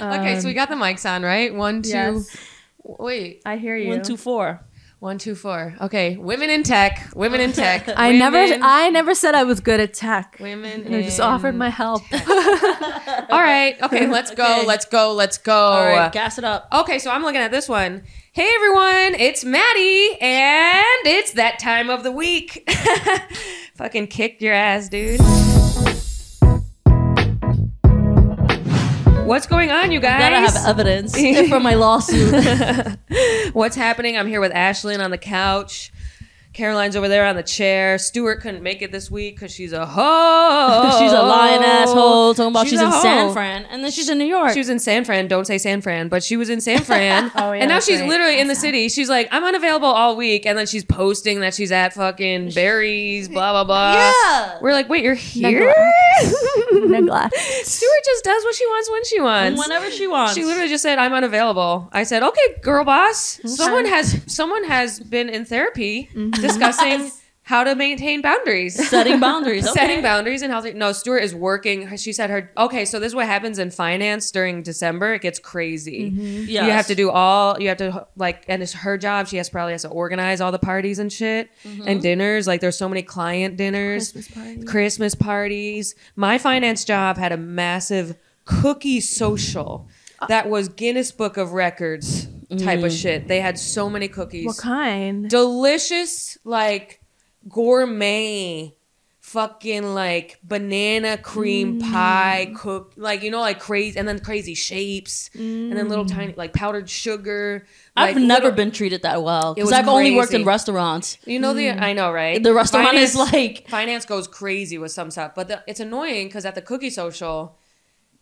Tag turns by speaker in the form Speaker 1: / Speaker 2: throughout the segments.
Speaker 1: okay, so we got the mics on, right? One, two.
Speaker 2: Um, Yes,
Speaker 1: Wait,
Speaker 2: I hear you.
Speaker 3: One, two, four.
Speaker 1: one, two, four. Okay, women in tech. Women in tech.
Speaker 2: I
Speaker 1: women,
Speaker 2: never, I never said I was good at tech.
Speaker 1: Women.
Speaker 2: And I just
Speaker 1: in-
Speaker 2: offered my help.
Speaker 1: All right. Okay. Let's go.
Speaker 3: Okay.
Speaker 1: Let's go. Let's go.
Speaker 3: All right, gas it up.
Speaker 1: Okay, so I'm looking at this one. Hey everyone, it's Maddie, and it's that time of the week. Fucking kick your ass, dude. What's going on, you
Speaker 3: Gotta
Speaker 1: guys?
Speaker 3: have evidence for my lawsuit.
Speaker 1: What's happening? I'm here with Ashlyn on the couch. Caroline's over there on the chair. Stuart couldn't make it this week because she's a hoe.
Speaker 3: she's a lying asshole talking about
Speaker 1: Oh, She's
Speaker 3: she's,
Speaker 1: a
Speaker 3: in
Speaker 1: hoe.
Speaker 3: San Fran and then she's in New York.
Speaker 1: She was in San Fran. Don't say San Fran, but she was in San Fran.
Speaker 2: Oh, yeah,
Speaker 1: and now
Speaker 2: that's
Speaker 1: she's
Speaker 2: right.
Speaker 1: literally in the city. She's like, I'm unavailable all week. And then she's posting that she's at fucking Barry's, blah, blah, blah.
Speaker 3: yeah.
Speaker 1: We're like, wait, you're here?
Speaker 2: Neglect.
Speaker 1: Stuart just does what she wants when she wants.
Speaker 3: Whenever she wants.
Speaker 1: She literally just said, "I'm unavailable." I said, "Okay, girl boss. Someone has someone has been in therapy discussing how to maintain boundaries,
Speaker 3: Mm-hmm. Setting boundaries, okay.
Speaker 1: setting boundaries, and healthy." No, Stuart is working. She said, "Her okay." So this is what happens in finance during December. It gets crazy.
Speaker 3: Mm-hmm. Yes.
Speaker 1: You have to do all. You have to like, and it's her job. She has probably has to organize all the parties and shit
Speaker 3: Mm-hmm.
Speaker 1: and dinners. Like, there's so many client dinners,
Speaker 2: Christmas parties.
Speaker 1: Christmas parties. My finance job had a massive cookie social that was Guinness Book of Records type
Speaker 3: Mm.
Speaker 1: of shit. They had so many cookies,
Speaker 2: What kind?
Speaker 1: delicious, like gourmet. Fucking like banana cream
Speaker 3: Mm.
Speaker 1: pie cook like you know like crazy and then crazy shapes and then little tiny like powdered sugar.
Speaker 3: Mm. I've
Speaker 1: like,
Speaker 3: never
Speaker 1: little-
Speaker 3: been treated that well
Speaker 1: was
Speaker 3: because I've only worked
Speaker 1: crazy.
Speaker 3: in restaurants.
Speaker 1: You know the I know right.
Speaker 3: Mm. The restaurant is
Speaker 1: Finance-
Speaker 3: like
Speaker 1: finance goes crazy with some stuff, but the, it's annoying because at the cookie social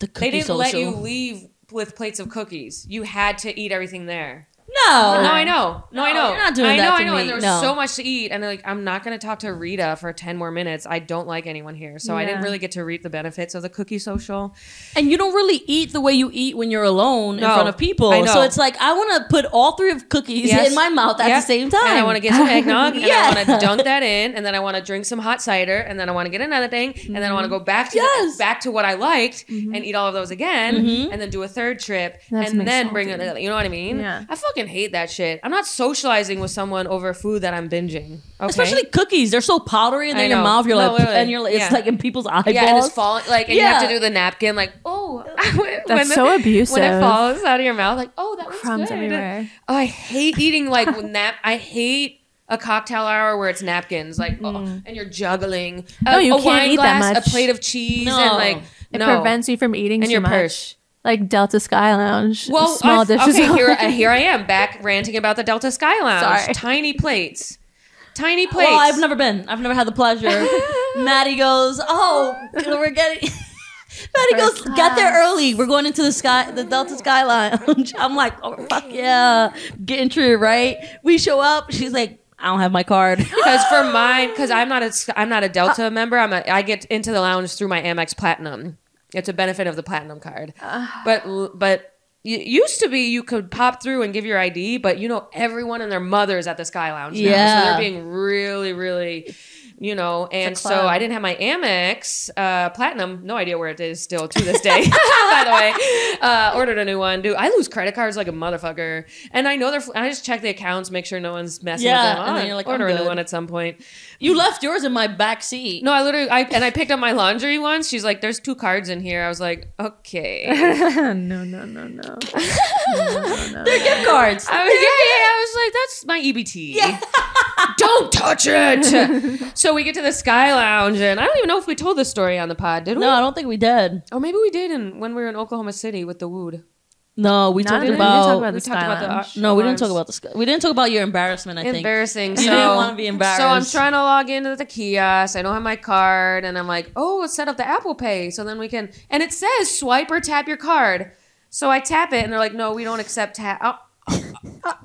Speaker 3: the
Speaker 1: they
Speaker 3: cookie
Speaker 1: didn't
Speaker 3: social.
Speaker 1: let you leave with plates of cookies. You had to eat everything there.
Speaker 3: no,
Speaker 1: No, I know. No, I
Speaker 3: No,
Speaker 1: know.
Speaker 3: you're not doing
Speaker 1: I know,
Speaker 3: that
Speaker 1: I
Speaker 3: to
Speaker 1: know.
Speaker 3: me.
Speaker 1: And there was
Speaker 3: No.
Speaker 1: so much to eat. And they're like, I'm not going to talk to Rita for 10 more minutes. I don't like anyone here. So I didn't
Speaker 2: Yeah.
Speaker 1: really get to reap the benefits of the cookie social.
Speaker 3: and you don't really eat the way you eat when you're alone
Speaker 1: No,
Speaker 3: in front of people.
Speaker 1: I know.
Speaker 3: So it's like I want to put all three of cookies
Speaker 1: Yes.
Speaker 3: in my mouth at
Speaker 1: Yeah.
Speaker 3: the same time.
Speaker 1: And I want to get some eggnog. And
Speaker 3: Yeah.
Speaker 1: I want to dunk that in. And then I want to drink some hot cider. And then I want to get another thing. And then I want to go back to
Speaker 3: Yes. Mm-hmm.
Speaker 1: back to what I liked and eat all of those again. And then do a third trip.
Speaker 2: That's
Speaker 1: and
Speaker 2: me
Speaker 1: then bring
Speaker 2: salty.
Speaker 1: another. You know what I mean?
Speaker 2: Yeah.
Speaker 1: I fucking hate that shit. I'm not socializing with someone over food that I'm binging. Okay?
Speaker 3: Especially cookies, they're so powdery
Speaker 1: I
Speaker 3: and they're in your
Speaker 1: know.
Speaker 3: mouth. You're
Speaker 1: No,
Speaker 3: like,
Speaker 1: literally.
Speaker 3: and you're like, it's
Speaker 1: Yeah.
Speaker 3: like in people's eyeballs.
Speaker 1: Yeah, and it's falling like, and you have to
Speaker 3: Yeah.
Speaker 1: do the napkin, like, oh,
Speaker 2: That's
Speaker 1: the-
Speaker 2: so
Speaker 1: When it
Speaker 2: abusive.
Speaker 1: falls out of your mouth, like, oh, that was
Speaker 2: Crumbs
Speaker 1: good.
Speaker 2: everywhere.
Speaker 1: Oh, I hate eating like with nap. I hate a cocktail hour where it's napkins, like, oh, and you're juggling.
Speaker 2: Mm. No,
Speaker 1: a,
Speaker 2: you
Speaker 1: a
Speaker 2: can't
Speaker 1: wine
Speaker 2: eat that
Speaker 1: glass,
Speaker 2: much.
Speaker 1: a plate of cheese,
Speaker 3: No.
Speaker 1: and like,
Speaker 2: It
Speaker 1: no.
Speaker 2: prevents you from eating
Speaker 1: and
Speaker 2: too
Speaker 1: your
Speaker 2: much.
Speaker 1: purse.
Speaker 2: Like Delta Sky Lounge.
Speaker 1: Well,
Speaker 2: small
Speaker 1: I've-
Speaker 2: dishes.
Speaker 1: okay, here, uh,
Speaker 2: only.
Speaker 1: here I am back ranting about the Delta Sky Lounge.
Speaker 2: Sorry.
Speaker 1: Tiny plates, tiny plates.
Speaker 3: Well, I've never been. I've never had the pleasure. Maddie goes, oh, we're getting. Maddie goes,
Speaker 2: First
Speaker 3: get there
Speaker 2: class.
Speaker 3: early. We're going into the sky, the Delta Sky Lounge. I'm like, oh fuck yeah, getting through right. We show up. She's like, I don't have my card.
Speaker 1: because for mine, because I'm not a I'm not a Delta
Speaker 3: Uh,
Speaker 1: member. I'm a I get into the lounge through my Amex Platinum. It's a benefit of the Platinum card.
Speaker 3: Uh.
Speaker 1: but but it used to be you could pop through and give your ID, but you know everyone and their mothers at the Sky Lounge. now,
Speaker 3: Yeah.
Speaker 1: so they're being really really. You know, and so
Speaker 3: club.
Speaker 1: I didn't have my Amex uh, Platinum. No idea where it is still to this day. By the way, uh, ordered a new one, dude. I lose credit cards like a motherfucker, and I know they're. I just check the accounts, make sure no one's messing
Speaker 3: Yeah,
Speaker 1: with them.
Speaker 3: and then
Speaker 1: Oh,
Speaker 3: you're like, "Ah, I'm
Speaker 1: order a new
Speaker 3: good.
Speaker 1: one at some point.
Speaker 3: you left yours in my back seat.
Speaker 1: No, I literally, I and I picked up my laundry once. She's like, "There's two cards in here." I was like, "Okay."
Speaker 2: no, no, no, no.
Speaker 3: They're gift cards.
Speaker 1: I was, yeah, yeah, yeah. I was like, "That's my EBT." don't touch it. so we get to the Sky Lounge, and I don't even know if we told this story on the pod, did we?
Speaker 3: no, I don't think we did.
Speaker 1: Or maybe we did, in, when we were in Oklahoma City with the Wood.
Speaker 3: No, we
Speaker 2: Not
Speaker 3: talked
Speaker 2: really. We didn't
Speaker 3: about.
Speaker 2: talk about
Speaker 1: we
Speaker 2: the
Speaker 1: talked
Speaker 2: Sky
Speaker 1: about the
Speaker 2: Lounge.
Speaker 3: no, we
Speaker 1: alarms.
Speaker 3: didn't talk about this. We didn't talk about your embarrassment. I think.
Speaker 1: Embarrassing.
Speaker 3: You
Speaker 1: so,
Speaker 3: didn't wanna be embarrassed.
Speaker 1: So I'm trying to log into the kiosk. I don't have my card, and I'm like, "Oh, let's set up the Apple Pay, so then we can." And it says swipe or tap your card. So I tap it, and they're like, "No, we don't accept tap." Oh,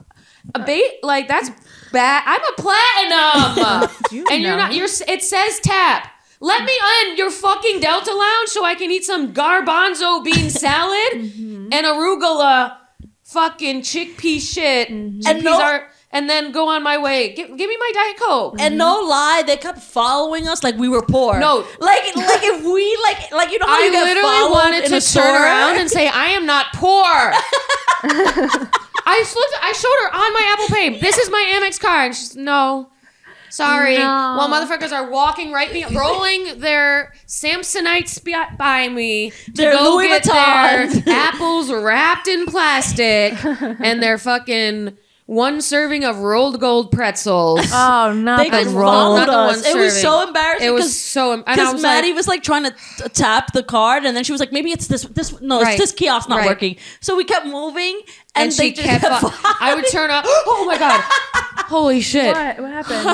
Speaker 1: a bait uh, like that's bad. I'm a platinum,
Speaker 2: You
Speaker 1: and you're
Speaker 2: know.
Speaker 1: not. You're. s- It says tap. Let me in your fucking Delta Lounge so I can eat some garbanzo bean
Speaker 3: Mm-hmm.
Speaker 1: salad and arugula, fucking chickpea shit. Chickpeas
Speaker 3: Mm-hmm. And no-
Speaker 1: are. and then go on my way. Give, give me my Diet Coke.
Speaker 3: And no lie, they kept following us like we were poor.
Speaker 1: Mm-hmm. No.
Speaker 3: like like if we like like you know how
Speaker 1: I
Speaker 3: you get
Speaker 1: literally
Speaker 3: followed
Speaker 1: wanted
Speaker 3: in
Speaker 1: to
Speaker 3: a
Speaker 1: turn
Speaker 3: store?
Speaker 1: around and say, I am not poor. I just looked, I showed her on my Apple Pay. This is my Amex card. And she's no. Sorry.
Speaker 2: No.
Speaker 1: While motherfuckers are walking right behind, rolling their Samsonites be- by me to
Speaker 3: Their
Speaker 1: go
Speaker 3: Louis
Speaker 1: get
Speaker 3: Vuittons.
Speaker 1: their apples wrapped in plastic and their fucking one serving of rolled gold pretzels.
Speaker 2: Oh, not
Speaker 3: they
Speaker 2: the
Speaker 3: just
Speaker 1: roll.
Speaker 3: followed
Speaker 1: Not the
Speaker 3: us.
Speaker 1: one
Speaker 3: It was
Speaker 1: serving.
Speaker 3: so embarrassing.
Speaker 1: it was
Speaker 3: 'cause-
Speaker 1: so. and I
Speaker 3: Because
Speaker 1: was
Speaker 3: Maddie
Speaker 1: like-
Speaker 3: was like trying to t- tap the card, and then she was like, "Maybe it's this, this, no,
Speaker 1: Right.
Speaker 3: it's this kiosk not
Speaker 1: Right.
Speaker 3: working." So we kept moving, and,
Speaker 1: and,
Speaker 3: they
Speaker 1: she
Speaker 3: just
Speaker 1: kept.
Speaker 3: kept.
Speaker 1: fu- I would turn up. Oh my god! Holy shit!
Speaker 2: What? What happened?
Speaker 3: no,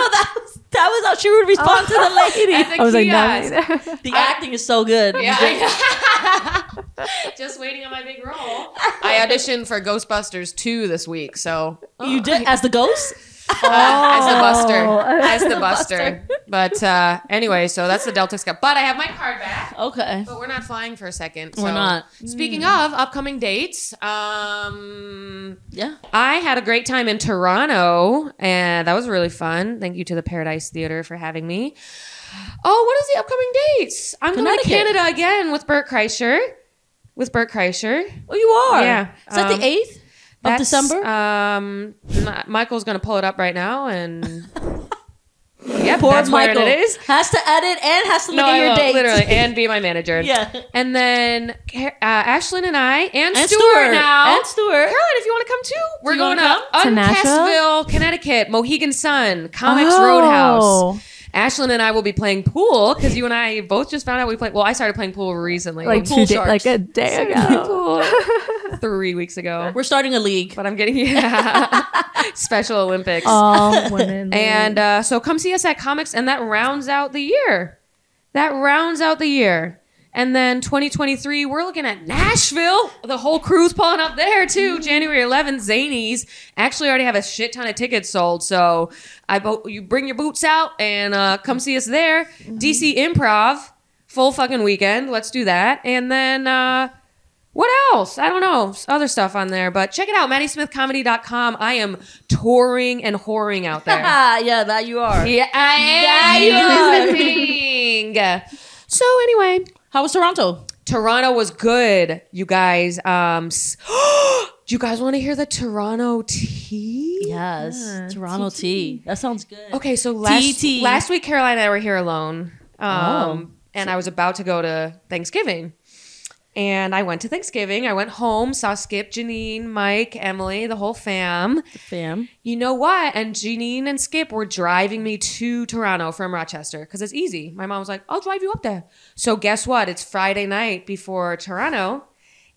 Speaker 3: that was that was how she would respond to the lady.
Speaker 1: At the
Speaker 2: I was like,
Speaker 1: kiosk.
Speaker 2: no.
Speaker 3: the acting is so good.
Speaker 1: Yeah. I- Just waiting on my big role. I auditioned for Ghostbusters 2 this week, so
Speaker 3: you
Speaker 1: Oh,
Speaker 3: did as the ghost.
Speaker 1: uh, as the buster.
Speaker 2: Oh.
Speaker 1: As the buster. But uh, anyway, so that's the Delta Sky. But I have my card back.
Speaker 3: Okay.
Speaker 1: But we're not flying for a second.
Speaker 3: We're
Speaker 1: so-
Speaker 3: not.
Speaker 1: Speaking of upcoming dates, um,
Speaker 3: Yeah.
Speaker 1: I had a great time in Toronto, and that was really fun. Thank you to the Paradise Theater for having me. Oh, what is the upcoming dates? I'm going to
Speaker 3: Connecticut.
Speaker 1: Canada again with Bert Kreischer. With Bert Kreischer.
Speaker 3: Oh, you are.
Speaker 1: Yeah.
Speaker 3: Is that
Speaker 1: Um,
Speaker 3: the eighth of
Speaker 1: That's,
Speaker 3: December?
Speaker 1: Um, Mi- Michael's going to pull it up right now, and yeah,
Speaker 3: Poor
Speaker 1: that's
Speaker 3: Michael
Speaker 1: where it is.
Speaker 3: has to edit and has to look
Speaker 1: No,
Speaker 3: at
Speaker 1: I
Speaker 3: your
Speaker 1: will,
Speaker 3: dates.
Speaker 1: literally, and be my manager.
Speaker 3: yeah.
Speaker 1: And then uh, Ashlyn and I, and,
Speaker 3: And
Speaker 1: Stuart,
Speaker 3: Stuart
Speaker 1: now,
Speaker 3: And Stuart.
Speaker 1: Caroline, if you want to come too, we're
Speaker 3: you
Speaker 1: going
Speaker 3: wanna
Speaker 1: to
Speaker 2: To Nashville?
Speaker 1: Uncastville, Connecticut, Mohegan Sun, Comics Roadhouse. Ashlyn and I will be playing pool because you and I both just found out we play. Well, I started playing pool recently,
Speaker 2: Like
Speaker 3: Pool
Speaker 2: two days,
Speaker 3: sharks.
Speaker 2: like a day ago.
Speaker 1: three weeks ago.
Speaker 3: We're starting a league.
Speaker 1: But I'm getting yeah, Special Olympics,
Speaker 2: All women.
Speaker 1: and uh, so come see us at Comics, and that rounds out the year. That rounds out the year. And then 2023, we're looking at Nashville. The whole crew's pulling up there too. January 11th, Zanies actually already have a shit ton of tickets sold. So I bo- you bring your boots out and uh, come see us there. DC Improv, full fucking weekend. Let's do that. And then uh, what else? I don't know. S- Other stuff on there, but check it out. MaddieSmithComedy.com. I am touring and whoring out there.
Speaker 3: Ah, yeah, that you are.
Speaker 1: Yeah, I
Speaker 3: Yeah,
Speaker 1: am. Amazing. so anyway,
Speaker 3: How was Toronto?
Speaker 1: Toronto was good, you guys. Um, s- do you guys want to hear the Toronto tea?
Speaker 3: Yes, Ah, Toronto tea. That sounds good.
Speaker 1: Okay, so last
Speaker 3: tea.
Speaker 1: last week, Caroline and I were here alone,
Speaker 3: Oh.
Speaker 1: um, and I was about to go to Thanksgiving. And I went to Thanksgiving. I went home, saw Skip, Janine, Mike, Emily, the whole fam.
Speaker 3: Fam.
Speaker 1: you know what? And Janine and Skip were driving me to Toronto from Rochester because it's easy. My mom was like, I'll drive you up there. So guess what? It's Friday night before Toronto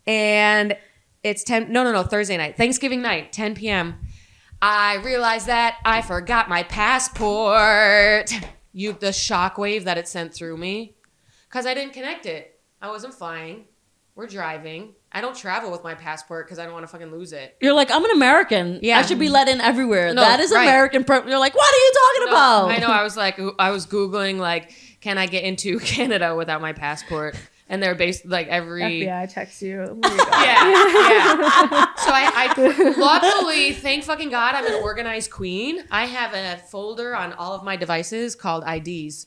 Speaker 1: and it's 10, no, no, no, Thursday night, Thanksgiving night, 10 p.m. I realized that I forgot my passport. You, the shockwave that it sent through me because I didn't connect it. I wasn't flying. We're driving. I don't travel with my passport because I don't want to fucking lose it.
Speaker 3: You're like, I'm an American.
Speaker 1: Yeah.
Speaker 3: I should be let in everywhere.
Speaker 1: No,
Speaker 3: that is
Speaker 1: right.
Speaker 3: American. Pro- You're like, what are you talking
Speaker 1: No,
Speaker 3: about?
Speaker 1: I know. I was like, I was googling like, can I get into Canada without my passport? And they're based like every.
Speaker 2: FBI texts you.
Speaker 1: Yeah, yeah. So I, I luckily, thank fucking God, I'm an organized queen. I have a folder on all of my devices called IDs,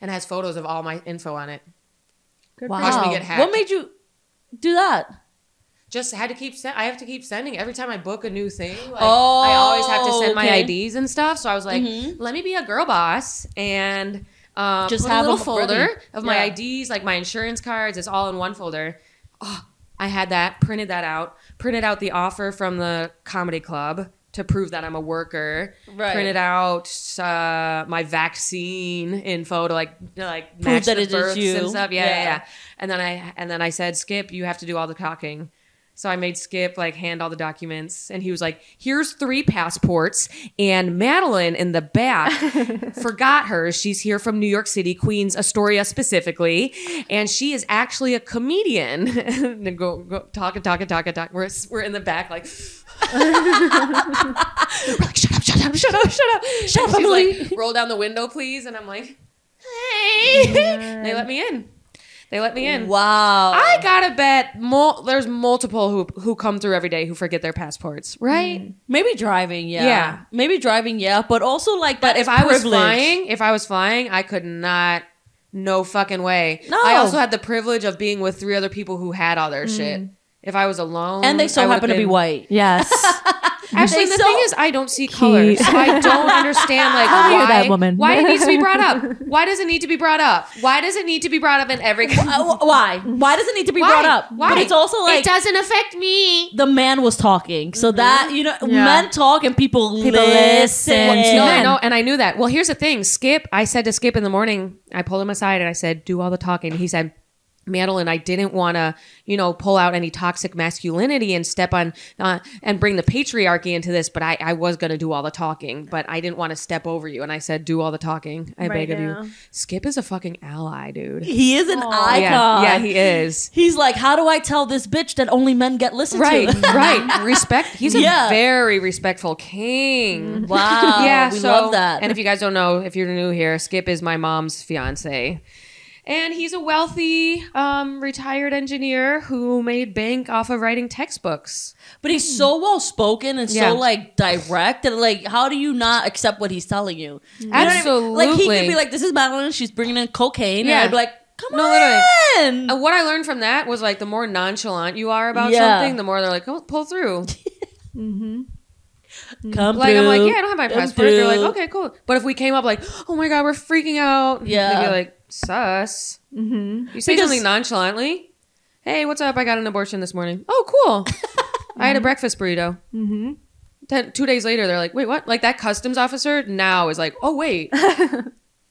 Speaker 1: and has photos of all my info on it. Watch me get hacked.
Speaker 3: What made you do that?
Speaker 1: Just had to keep. Sen- I have to keep sending every time I book a new thing. Like,
Speaker 3: Oh,
Speaker 1: I always have to send my
Speaker 3: okay.
Speaker 1: IDs and stuff. So I was like,
Speaker 3: Mhm.
Speaker 1: let me be a girl boss and uh,
Speaker 3: Just
Speaker 1: just have
Speaker 3: have
Speaker 1: a little
Speaker 3: them
Speaker 1: folder
Speaker 3: ready.
Speaker 1: of
Speaker 3: Yeah.
Speaker 1: my IDs, like my insurance cards. It's all in one folder. Oh, I had that, printed that out, printed out the offer from the comedy club to prove that I'm a worker.
Speaker 3: Right.
Speaker 1: Printed out uh, my vaccine info to like to like
Speaker 3: Prove
Speaker 1: match
Speaker 3: that
Speaker 1: the
Speaker 3: it is
Speaker 1: births
Speaker 3: you.
Speaker 1: and stuff. Yeah,
Speaker 3: Yeah.
Speaker 1: yeah, yeah. And then I and then I said, Skip, you have to do all the talking. So I made Skip like hand all the documents, and he was like, "Here's three passports." And Madeline in the back forgot hers. She's here from New York City, Queens, Astoria specifically, and she is actually a comedian. and go, go talk and talk and talk and talk. We're we're in the back like. We're like, shut up, shut up, shut up, shut up. Shut
Speaker 3: up,
Speaker 1: She's
Speaker 3: Emily.
Speaker 1: like, roll down the window, please. And I'm like, hey. they let me in. They let me in.
Speaker 3: Wow.
Speaker 1: I gotta bet mul- there's multiple who who come through every day who forget their passports, right?
Speaker 3: Maybe driving, yeah.
Speaker 1: Yeah.
Speaker 3: Maybe driving, yeah. But also like
Speaker 1: But
Speaker 3: that
Speaker 1: if I was
Speaker 3: privilege.
Speaker 1: flying, if I was flying, I could not. No fucking way.
Speaker 3: No.
Speaker 1: I also had the privilege of being with three other people who had all their shit. If I was alone,
Speaker 3: Mm. and they
Speaker 1: Um, I
Speaker 3: so
Speaker 1: would've
Speaker 3: happen to be
Speaker 1: been-
Speaker 3: white.
Speaker 4: Yes.
Speaker 1: Actually,
Speaker 3: They
Speaker 1: the
Speaker 3: so-
Speaker 1: thing is, I don't see color, so I don't understand like
Speaker 4: How are you
Speaker 1: why
Speaker 4: that woman?
Speaker 1: why it needs to be brought up. Why does it need to be brought up? Why does it need to be brought up in every?
Speaker 3: Uh, wh- why? Why does it need to be
Speaker 1: Why?
Speaker 3: brought up?
Speaker 1: Why?
Speaker 3: But it's also like
Speaker 1: it Mm-hmm. doesn't affect me.
Speaker 3: the man was talking, so that you know,
Speaker 2: Yeah.
Speaker 3: men talk and people,
Speaker 4: People
Speaker 3: listen.
Speaker 4: listen.
Speaker 1: No,
Speaker 4: Man.
Speaker 1: no, and I knew that. Well, here's the thing, Skip. I said to Skip in the morning. I pulled him aside and I said, "Do all the talking." He said. Madeline, I didn't want to, you know, pull out any toxic masculinity and step on uh, and bring the patriarchy into this, but I, I was going to do all the talking, but I didn't want to step over you. And I said, do all the talking. I
Speaker 2: Right now.
Speaker 1: beg of you. Skip is a fucking ally, dude.
Speaker 3: He is an icon.
Speaker 1: Oh, Yeah, yeah, he is.
Speaker 3: He's like, how do I tell this bitch that only men get listened
Speaker 1: Right,
Speaker 3: to?
Speaker 1: right. Respect. He's a
Speaker 3: Yeah.
Speaker 1: very respectful king.
Speaker 3: Wow.
Speaker 1: Mm-hmm. yeah,
Speaker 3: we
Speaker 1: so-
Speaker 3: love that.
Speaker 1: And if you guys don't know, if you're new here, Skip is my mom's fiance. And he's a wealthy um, retired engineer who made bank off of writing textbooks.
Speaker 3: but he's so well spoken and
Speaker 1: Yeah.
Speaker 3: so like direct and like, how do you not accept what he's telling you? You know what I mean? Like he could
Speaker 1: Absolutely.
Speaker 3: be like, this is Madeline. She's bringing in cocaine.
Speaker 1: Yeah.
Speaker 3: And I'd be like, come
Speaker 1: No,
Speaker 3: on.
Speaker 1: literally.
Speaker 3: in.
Speaker 1: Uh, what I learned from that was like the more nonchalant you are about
Speaker 3: Yeah.
Speaker 1: something, the more they're like, oh, pull through.
Speaker 3: Come
Speaker 1: Like I'm like,
Speaker 3: through.
Speaker 1: yeah, I don't have my
Speaker 3: Come
Speaker 1: passport. They're
Speaker 3: through.
Speaker 1: like, okay, cool. But if we came up like, oh my god, we're freaking out.
Speaker 3: Yeah.
Speaker 1: they'd be like, sus.
Speaker 2: Mm-hmm.
Speaker 1: You say
Speaker 3: Because-
Speaker 1: something nonchalantly. Hey, what's up? I got an abortion this morning. Oh, cool. I had a breakfast burrito.
Speaker 2: Mm-hmm.
Speaker 1: Ten, two days later, they're like, wait, what? Like that customs officer now is like, oh wait,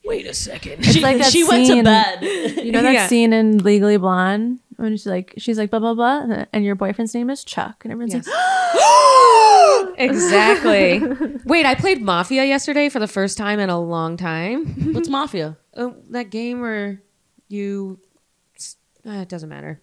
Speaker 1: wait a second.
Speaker 3: She,
Speaker 4: like that
Speaker 3: she went to
Speaker 4: scene.
Speaker 3: bed.
Speaker 4: You know that
Speaker 1: Yeah.
Speaker 4: scene in Legally Blonde when she's like, she's like, blah blah blah, and your boyfriend's name is Chuck, and everyone's like,
Speaker 1: exactly. Wait, I played Mafia yesterday for the first time in a long time.
Speaker 3: What's mafia?
Speaker 1: Oh, that game where you, uh, it doesn't matter.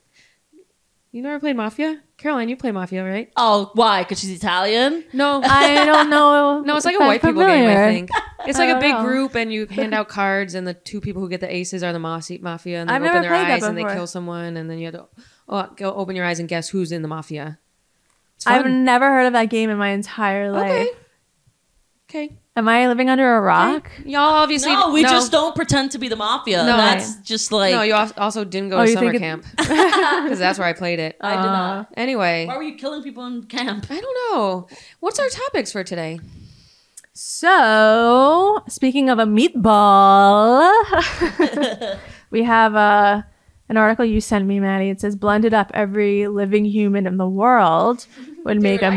Speaker 1: You never played Mafia, Caroline? You play Mafia, right?
Speaker 3: Oh, why? Because she's Italian.
Speaker 1: No,
Speaker 4: I don't know.
Speaker 1: No, it's like
Speaker 4: if
Speaker 1: a
Speaker 4: I'm
Speaker 1: white people game,
Speaker 4: familiar.
Speaker 1: I think. It's like a
Speaker 4: I don't
Speaker 1: big
Speaker 4: know.
Speaker 1: group, and you hand out cards, and the two people who get the aces are the mafia, mafia and they
Speaker 4: I've
Speaker 1: open
Speaker 4: never
Speaker 1: their
Speaker 4: played that
Speaker 1: eyes and they
Speaker 4: before.
Speaker 1: kill someone, and then you have to oh, go open your eyes and guess who's in the mafia. It's
Speaker 4: I've
Speaker 1: fun.
Speaker 4: never heard of that game in my entire life.
Speaker 1: okay. Okay.
Speaker 4: Am I living under a rock?
Speaker 1: Y'all obviously
Speaker 3: no, we just don't pretend to be the mafia.
Speaker 1: No.
Speaker 3: that's just like
Speaker 1: No, you al- also didn't go
Speaker 4: Oh,
Speaker 1: to
Speaker 4: you
Speaker 1: summer
Speaker 4: think it-
Speaker 1: camp because that's where I played it. Um,
Speaker 3: I did
Speaker 4: Uh,
Speaker 3: not.
Speaker 1: Anyway,
Speaker 3: Why were you killing people in camp?
Speaker 1: I don't know. What's our topics for today?
Speaker 4: So, speaking of a meatball, we have uh, an article you sent me, Maddie. It says, blended up, every living human in the world would make a,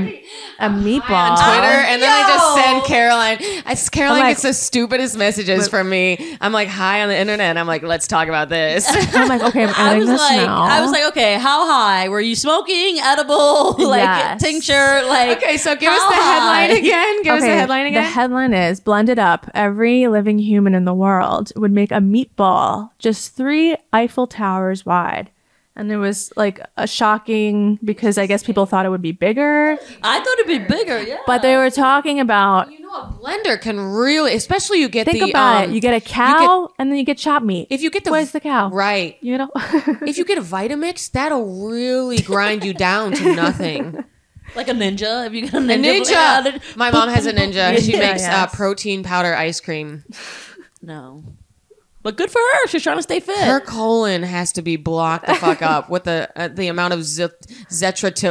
Speaker 4: a meatball.
Speaker 1: Uh, and then they just send Caroline. It's Caroline
Speaker 4: I'm like-
Speaker 1: gets the stupidest messages from me. I'm like high on the internet. I'm like, let's talk about this.
Speaker 4: I'm like, Oh okay, I'm
Speaker 3: I
Speaker 4: adding
Speaker 3: was
Speaker 4: this
Speaker 3: like,
Speaker 4: now.
Speaker 3: I was like, okay, how high were you smoking? Edible, like
Speaker 4: Yes.
Speaker 3: tincture, like
Speaker 1: Okay, so give us
Speaker 3: How
Speaker 1: the
Speaker 3: high?
Speaker 1: headline again. Give us the headline
Speaker 4: The
Speaker 1: again.
Speaker 4: headline is blended up, every living human in the world would make a meatball just three Eiffel Towers wide. And it was like a shocking because I guess people thought it would be bigger,
Speaker 3: I thought it'd be bigger, yeah.
Speaker 4: but they were talking about
Speaker 1: you know, a blender can really, especially you get
Speaker 4: think
Speaker 1: the um,
Speaker 4: about it. You get a cow and then you get chopped meat.
Speaker 1: if you get the
Speaker 4: Where's the cow?
Speaker 1: right.
Speaker 4: You know,
Speaker 1: If you get a Vitamix, that'll really grind you down to nothing.
Speaker 3: like a ninja. If you got a
Speaker 1: A
Speaker 3: ninja, yeah,
Speaker 1: ninja.
Speaker 3: then-
Speaker 1: My mom has a ninja. She
Speaker 3: Yeah,
Speaker 1: makes
Speaker 4: yes.
Speaker 1: uh, protein powder ice cream.
Speaker 3: no. But good for her. She's trying to stay fit.
Speaker 1: Her colon has to be blocked the fuck up with the uh, the amount of z-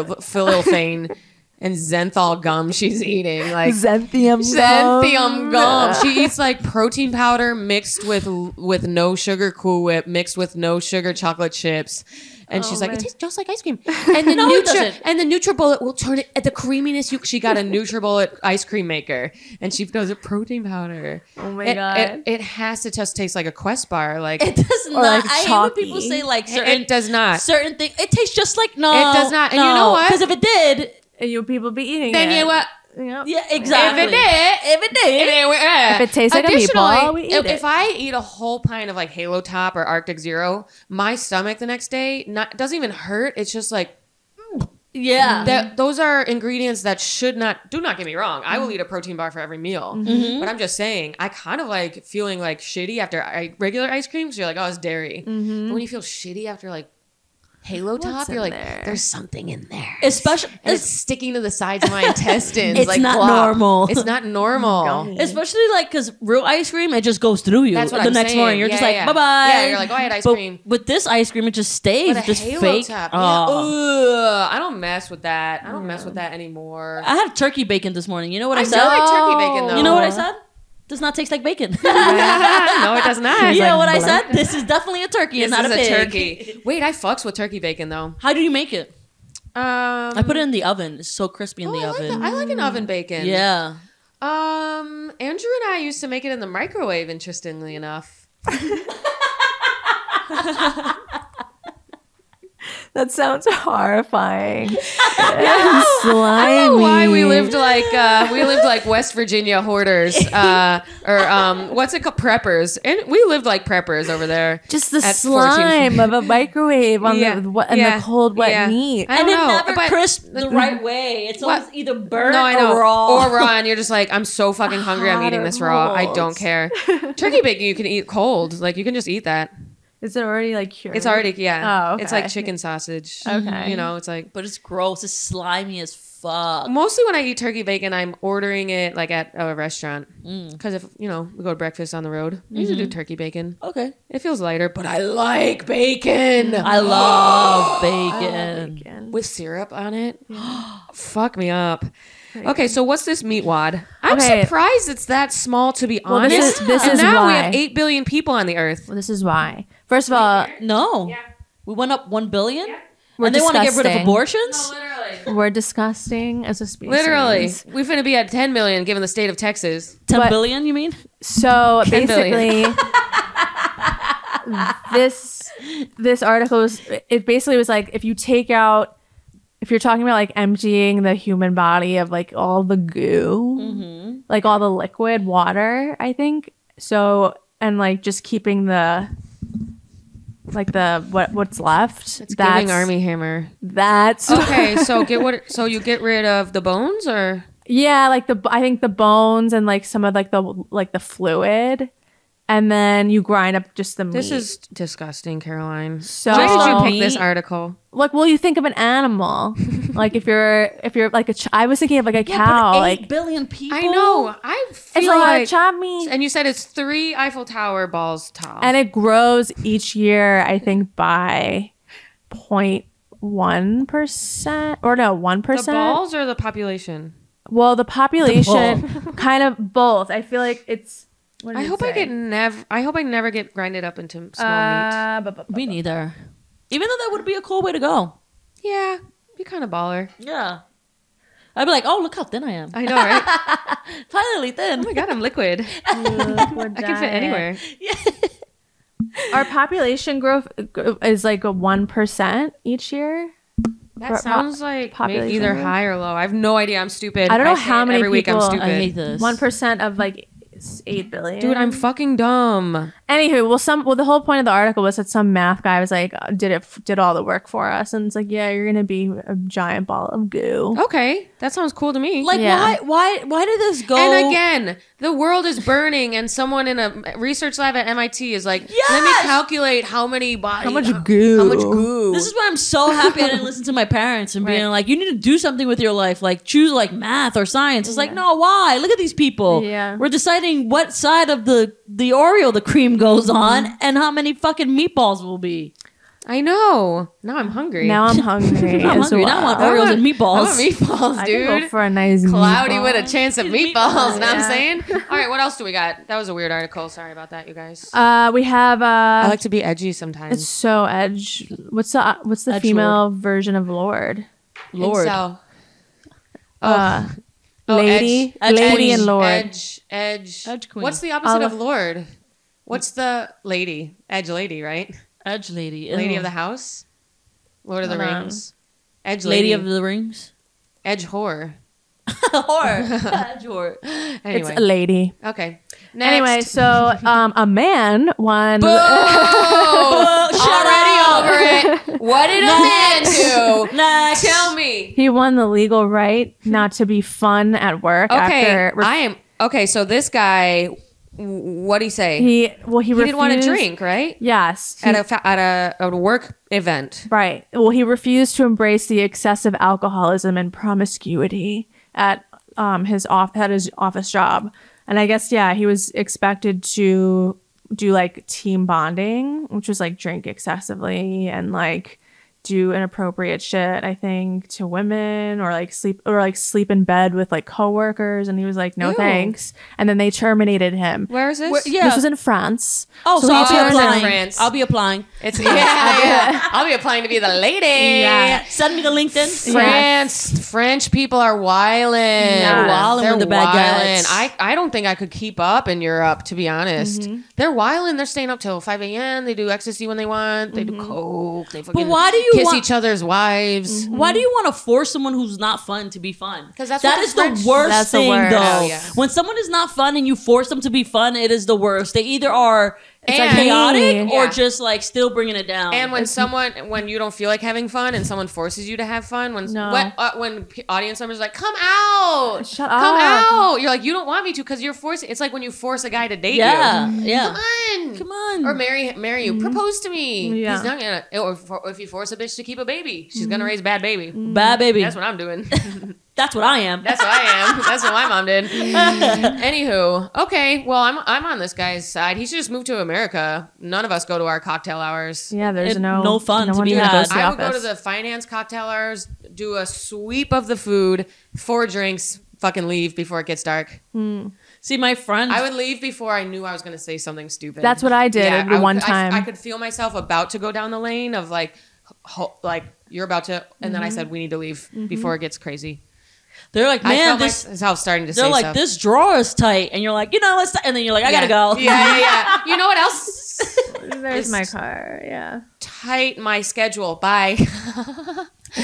Speaker 1: zetratylophane and xanthol gum she's eating. Like
Speaker 4: Xanthium.
Speaker 1: Xanthium gum. She eats like protein powder mixed with with no sugar Cool Whip, mixed with no sugar chocolate chips, and she's like, it tastes just like ice cream. And the
Speaker 3: No, it
Speaker 1: Nutra
Speaker 3: doesn't.
Speaker 1: and the NutriBullet will turn it at the creaminess. You, she got a NutriBullet ice cream maker, and she does a protein powder.
Speaker 4: Oh my
Speaker 1: It,
Speaker 4: god.
Speaker 1: it, it has to just taste like a Quest bar. Like
Speaker 3: it
Speaker 1: it,
Speaker 3: does not.
Speaker 4: like,
Speaker 3: I hate when people
Speaker 4: chalky.
Speaker 3: say like certain
Speaker 1: does not.
Speaker 3: certain thing. It tastes just like no.
Speaker 1: It does not. And you know what?
Speaker 3: Because if it did,
Speaker 4: and you people be eating
Speaker 1: Then
Speaker 4: it.
Speaker 1: you uh, know what?
Speaker 4: Yep.
Speaker 3: yeah, exactly.
Speaker 1: If it did,
Speaker 3: if it did,
Speaker 1: If
Speaker 4: If it tastes like a meatball, we eat
Speaker 1: if,
Speaker 4: it.
Speaker 1: if I eat a whole pint of like Halo Top or Arctic Zero, my stomach the next day not doesn't even hurt. It's just like
Speaker 3: Yeah.
Speaker 1: That those are ingredients that should not. Do not get me wrong. I
Speaker 3: Mm-hmm.
Speaker 1: will eat a protein bar for every meal, but I'm just saying I kind of like feeling like shitty after I, regular ice cream because you're like, oh, it's dairy.
Speaker 3: Mm-hmm.
Speaker 1: But when you feel shitty after like Halo Top,
Speaker 4: in
Speaker 1: you're like,
Speaker 4: there?
Speaker 1: there's something in there.
Speaker 3: especially
Speaker 1: and it's sticking to the sides of my intestines.
Speaker 3: It's
Speaker 1: like
Speaker 3: not
Speaker 1: glop.
Speaker 3: normal.
Speaker 1: It's not normal.
Speaker 3: especially like because real ice cream it just goes through you
Speaker 1: That's what
Speaker 3: the
Speaker 1: I'm
Speaker 3: next
Speaker 1: saying.
Speaker 3: morning you're
Speaker 1: Yeah,
Speaker 3: just like
Speaker 1: yeah.
Speaker 3: bye bye
Speaker 1: Yeah, you're like, oh, I had ice
Speaker 3: but
Speaker 1: cream.
Speaker 3: with this ice cream it just stays
Speaker 1: But a
Speaker 3: this
Speaker 1: Halo
Speaker 3: fake
Speaker 1: Top,
Speaker 3: oh.
Speaker 1: yeah. Ugh, I don't mess with that. I don't mess with that anymore.
Speaker 3: I had turkey bacon this morning you know Oh. what I,
Speaker 1: I do
Speaker 3: said
Speaker 1: like turkey bacon though.
Speaker 3: you know what I said does not taste like bacon
Speaker 1: no, it does not.
Speaker 3: you know what I
Speaker 4: like,
Speaker 3: said this is definitely a turkey and
Speaker 1: This
Speaker 3: not
Speaker 1: is
Speaker 3: a pig
Speaker 1: turkey. Wait, I fucks with turkey bacon though.
Speaker 3: how do you make it
Speaker 1: Um, I
Speaker 3: I put it in the oven it's so crispy in the
Speaker 1: Oh, I
Speaker 3: oven
Speaker 1: Like the- I like an oven bacon.
Speaker 3: yeah
Speaker 1: Um, Andrew and I used to make it in the microwave. Interestingly enough.
Speaker 4: That sounds horrifying. and slimy.
Speaker 1: I don't know why we lived like uh, we lived like West Virginia hoarders uh, or um, what's it called preppers, and we lived like preppers over there.
Speaker 4: just the
Speaker 1: at 14.
Speaker 4: slime of a microwave on
Speaker 1: Yeah.
Speaker 4: the the and
Speaker 1: Yeah.
Speaker 4: the cold wet
Speaker 1: Yeah.
Speaker 4: meat.
Speaker 1: I don't
Speaker 3: and it
Speaker 1: know,
Speaker 3: never
Speaker 1: but- mm-hmm.
Speaker 3: crisps the right way it's
Speaker 1: What?
Speaker 3: always either burnt
Speaker 1: no, I know.
Speaker 3: or raw
Speaker 1: Or raw, and you're just like, I'm so fucking hungry. I'm
Speaker 4: Hot
Speaker 1: eating
Speaker 4: or
Speaker 1: this raw. I
Speaker 4: cold.
Speaker 1: don't care. Turkey bacon, you can eat cold. Like you can just eat that.
Speaker 4: Is it already like cured?
Speaker 1: It's already yeah.
Speaker 4: Oh, okay.
Speaker 1: It's like chicken sausage.
Speaker 4: Okay.
Speaker 1: You know, it's like.
Speaker 3: but it's gross it's slimy as fuck
Speaker 1: Mostly when I eat turkey bacon, I'm ordering it like at a restaurant
Speaker 4: Mm.
Speaker 1: because if you know we go to breakfast on the road, we usually do
Speaker 4: Mm-hmm.
Speaker 1: turkey bacon.
Speaker 3: okay
Speaker 1: It feels lighter, but I like bacon.
Speaker 3: I
Speaker 4: Oh,
Speaker 3: love bacon.
Speaker 4: Bacon.
Speaker 1: with syrup on it. Fuck me up. Okay, so what's this meat wad? I'm
Speaker 4: Okay.
Speaker 1: surprised it's that small. To be
Speaker 4: Well,
Speaker 1: honest,
Speaker 4: this is- this
Speaker 1: And
Speaker 4: is
Speaker 1: now we
Speaker 4: why.
Speaker 1: have eight billion people on the earth.
Speaker 4: Well, this is why. First of all,
Speaker 3: Uh, No. We went up 1 billion?
Speaker 4: We're
Speaker 3: and they want to get rid of
Speaker 4: disgusting.
Speaker 3: abortions?
Speaker 1: Literally,
Speaker 4: we're disgusting as a species.
Speaker 1: literally, we're gonna be at ten million given the state of Texas.
Speaker 3: Ten billion,
Speaker 4: But-
Speaker 3: you mean?
Speaker 4: So
Speaker 1: Ten
Speaker 4: basically,
Speaker 1: billion.
Speaker 4: this this article was it basically was like if you take out if you're talking about like emptying the human body of like all the goo,
Speaker 1: Mm-hmm.
Speaker 4: like all the liquid water, I think. So and like just keeping the like the what what's left.
Speaker 1: It's giving army hammer.
Speaker 4: That's
Speaker 1: Okay, so get what? So you get rid of the bones, or
Speaker 4: Yeah, like the I think the bones and like some of like the like the fluid, and then you grind up just the
Speaker 1: this
Speaker 4: meat.
Speaker 1: is disgusting, Caroline.
Speaker 4: so.
Speaker 1: Why did you
Speaker 3: Oh.
Speaker 1: pick this
Speaker 3: Meat.
Speaker 1: article?
Speaker 4: like, well, you think of an animal, like if you're if you're like a ch- I was thinking of like a cow,
Speaker 3: but
Speaker 4: like
Speaker 3: eight billion people.
Speaker 1: I know. I feel
Speaker 4: it's a lot
Speaker 1: like,
Speaker 4: of chopped meat, and,
Speaker 1: and you said it's three Eiffel Tower balls tall.
Speaker 4: it grows each year. I think by point one percent or no one
Speaker 1: the
Speaker 4: percent.
Speaker 1: balls or the population?
Speaker 4: Well, the population kind of both. I feel like it's. what did
Speaker 1: I
Speaker 4: it
Speaker 1: hope I
Speaker 4: say?
Speaker 1: get never. I hope I never get grinded up into small meat.
Speaker 4: Uh, bu- bu- bu-
Speaker 3: Me neither. Even though that would be a cool way to go.
Speaker 1: Yeah, be kind of baller.
Speaker 3: Yeah. I'd be like, oh, look how thin I am.
Speaker 1: I know, right? oh
Speaker 3: Finally thin.
Speaker 1: my god, I'm liquid.
Speaker 4: liquid
Speaker 1: I can fit
Speaker 4: diet.
Speaker 1: anywhere.
Speaker 4: Our population growth is like a one percent each year.
Speaker 1: That
Speaker 4: For pop-
Speaker 1: sounds like ma-
Speaker 4: population
Speaker 1: either
Speaker 4: growth.
Speaker 1: high or low. I have no idea. I'm stupid.
Speaker 4: I don't know
Speaker 1: say
Speaker 4: how
Speaker 1: it
Speaker 4: many
Speaker 1: every week. I'm
Speaker 4: people-
Speaker 1: stupid.
Speaker 3: I hate this.
Speaker 4: One percent of like s- eight billion.
Speaker 1: Dude, I'm fucking dumb.
Speaker 4: Anywho, well, some well, the whole point of the article was that some math guy was like, uh, did it, f- did all the work for us, and it's like, yeah, you're gonna be a giant ball of goo.
Speaker 1: Okay, that sounds cool to me.
Speaker 3: Like,
Speaker 4: Yeah.
Speaker 3: why, why, why did this go?
Speaker 1: and again, the world is burning, and someone in a research lab at MIT is like, "Let me
Speaker 3: Yes!
Speaker 1: calculate how many bodies, how
Speaker 4: goo?
Speaker 1: how much goo."
Speaker 3: This is why I'm so happy I didn't listen to my parents and being
Speaker 1: Right.
Speaker 3: like, you need to do something with your life. Like, choose like math or science. It's like, no, why? Look at these people.
Speaker 4: Yeah.
Speaker 3: We're deciding what side of the, the Oreo the cream goes
Speaker 1: Mm-hmm.
Speaker 3: on and how many fucking meatballs will be.
Speaker 1: I know. Now I'm hungry.
Speaker 4: Now I'm hungry.
Speaker 3: I'm
Speaker 4: as
Speaker 3: hungry. Now
Speaker 4: well.
Speaker 3: I want
Speaker 1: I
Speaker 3: Oreos
Speaker 1: want-
Speaker 3: and meatballs.
Speaker 1: I want meatballs,
Speaker 4: I
Speaker 1: dude.
Speaker 4: can go for a nice
Speaker 1: Cloudy
Speaker 4: meatball.
Speaker 1: with a chance of meatballs. Know what I'm
Speaker 4: Yeah.
Speaker 1: saying? All right, what else do we got? That was a weird article. Sorry about that, you guys.
Speaker 4: Uh, we have uh,
Speaker 1: I like to be edgy
Speaker 4: it's
Speaker 1: sometimes.
Speaker 4: so edge. What's the uh, what's the
Speaker 3: Edgelord.
Speaker 4: female version of lord?
Speaker 3: Lord.
Speaker 1: Incel.
Speaker 4: Uh,
Speaker 1: Oh,
Speaker 4: lady,
Speaker 3: edge-
Speaker 4: lady,
Speaker 3: edge-
Speaker 4: and lord.
Speaker 1: Edge, edge.
Speaker 3: Edge queen.
Speaker 1: What's the opposite
Speaker 4: I'll-
Speaker 1: of lord? What's the lady? Edge lady, right?
Speaker 3: Edge lady.
Speaker 1: Lady
Speaker 3: Ew.
Speaker 1: of the house? Lord of the
Speaker 4: Hold on.
Speaker 1: Rings. Edge lady.
Speaker 3: Lady of the Rings.
Speaker 1: Edge whore.
Speaker 3: Whore. Edge whore.
Speaker 1: Anyway.
Speaker 4: It's a lady.
Speaker 1: okay.
Speaker 4: Anyway,
Speaker 1: Next.
Speaker 4: so um, a man won.
Speaker 1: Boo!
Speaker 3: Oh, shut
Speaker 1: already
Speaker 3: up.
Speaker 1: over it. What did a man do?
Speaker 3: Next.
Speaker 1: Tell me. Really?
Speaker 4: He won the legal right not to be fun at work
Speaker 1: Okay.
Speaker 4: after
Speaker 1: I am okay. So this guy, what do he say? He,
Speaker 4: he well he,
Speaker 1: didn't want to
Speaker 4: refused-
Speaker 1: drink, right?
Speaker 4: Yes, he-
Speaker 1: At a fa- at a, at a work event.
Speaker 4: right. Well, he refused to embrace the excessive alcoholism and promiscuity at um his off at his office job, and I guess yeah he was expected to do like team bonding, which was like drink excessively and like do inappropriate shit I think to women or like sleep or like sleep in bed with like coworkers and he was like no
Speaker 1: Ew.
Speaker 4: thanks and then they terminated him
Speaker 1: Where is this?
Speaker 3: Where- yeah.
Speaker 4: This was in France.
Speaker 3: Oh, so,
Speaker 4: he
Speaker 3: I'll
Speaker 1: turns
Speaker 3: be
Speaker 1: in
Speaker 4: turned-
Speaker 3: applying.
Speaker 1: France.
Speaker 3: I'll be applying.
Speaker 1: It's yeah, yeah. I'll be applying to be the lady.
Speaker 3: Yeah. Send me the LinkedIn.
Speaker 1: France, French people are wildin'.
Speaker 3: They're wildin'
Speaker 1: They're
Speaker 3: with the
Speaker 1: wildin'.
Speaker 3: baguettes.
Speaker 1: I, I don't think I could keep up in Europe, to be honest.
Speaker 3: Mm-hmm.
Speaker 1: They're wildin'. They're staying up till 5 a.m. They do ecstasy when they want. They do coke. They fucking
Speaker 3: Mm-hmm. why do you
Speaker 1: kiss
Speaker 3: want-
Speaker 1: each other's wives.
Speaker 3: Why do you want to force someone who's not fun to be fun?
Speaker 1: 'Cause that's
Speaker 3: That
Speaker 1: what
Speaker 3: is
Speaker 1: the
Speaker 3: the
Speaker 1: French-
Speaker 3: worst
Speaker 4: That's the
Speaker 3: thing,
Speaker 4: worst.
Speaker 3: though.
Speaker 1: Oh, yeah.
Speaker 3: When someone is not fun and you force them to be fun, it is the worst. They either are
Speaker 1: And-
Speaker 3: chaotic or
Speaker 1: Yeah.
Speaker 3: just like still bringing it down.
Speaker 1: And when someone, when you don't feel like having fun, and someone forces you to have fun, when
Speaker 4: No.
Speaker 1: when, uh, when p- audience members are like, "Come out,
Speaker 4: Shut
Speaker 1: come
Speaker 4: up."
Speaker 1: out," you're like, "You don't want me to," because you're forcing. It's like when you force a guy to date
Speaker 3: yeah,
Speaker 1: you.
Speaker 3: yeah.
Speaker 1: Come on,
Speaker 3: Come on.
Speaker 1: or marry marry you propose to me
Speaker 4: Yeah.
Speaker 1: he's not gonna or if, or if you force a bitch to keep a baby she's gonna raise a bad baby
Speaker 3: Bad baby.
Speaker 1: that's what i'm doing
Speaker 3: That's what I am.
Speaker 1: that's what i am that's what my mom did anywho okay well i'm i'm on this guy's side he should just move to america none of us go to our cocktail hours
Speaker 4: Yeah, there's
Speaker 3: And
Speaker 4: no
Speaker 3: no fun to
Speaker 4: one
Speaker 3: be
Speaker 4: even
Speaker 3: had.
Speaker 4: goes to the
Speaker 1: I would go to
Speaker 4: office.
Speaker 1: the finance cocktail hours, do a sweep of the food, four drinks, fucking leave before it gets dark.
Speaker 3: See, my friend.
Speaker 1: I would leave before I knew I was going to say something stupid.
Speaker 4: That's what I did the
Speaker 1: would-
Speaker 4: one
Speaker 1: I-
Speaker 4: time.
Speaker 1: I, could feel myself about to go down the lane of like, ho- like you're about to, and then I said we need to leave before it gets crazy.
Speaker 3: they're like,
Speaker 1: I
Speaker 3: man,
Speaker 1: felt
Speaker 3: this.
Speaker 1: myself starting to
Speaker 3: They're
Speaker 1: say
Speaker 3: like,
Speaker 1: stuff.
Speaker 3: this drawer is tight, and you're like, you know, it's and then you're like, I
Speaker 1: Yeah.
Speaker 3: gotta go.
Speaker 1: Yeah, yeah, yeah. You know what else?
Speaker 2: There's
Speaker 1: Just-
Speaker 2: my car. Yeah.
Speaker 1: Tight my schedule. Bye.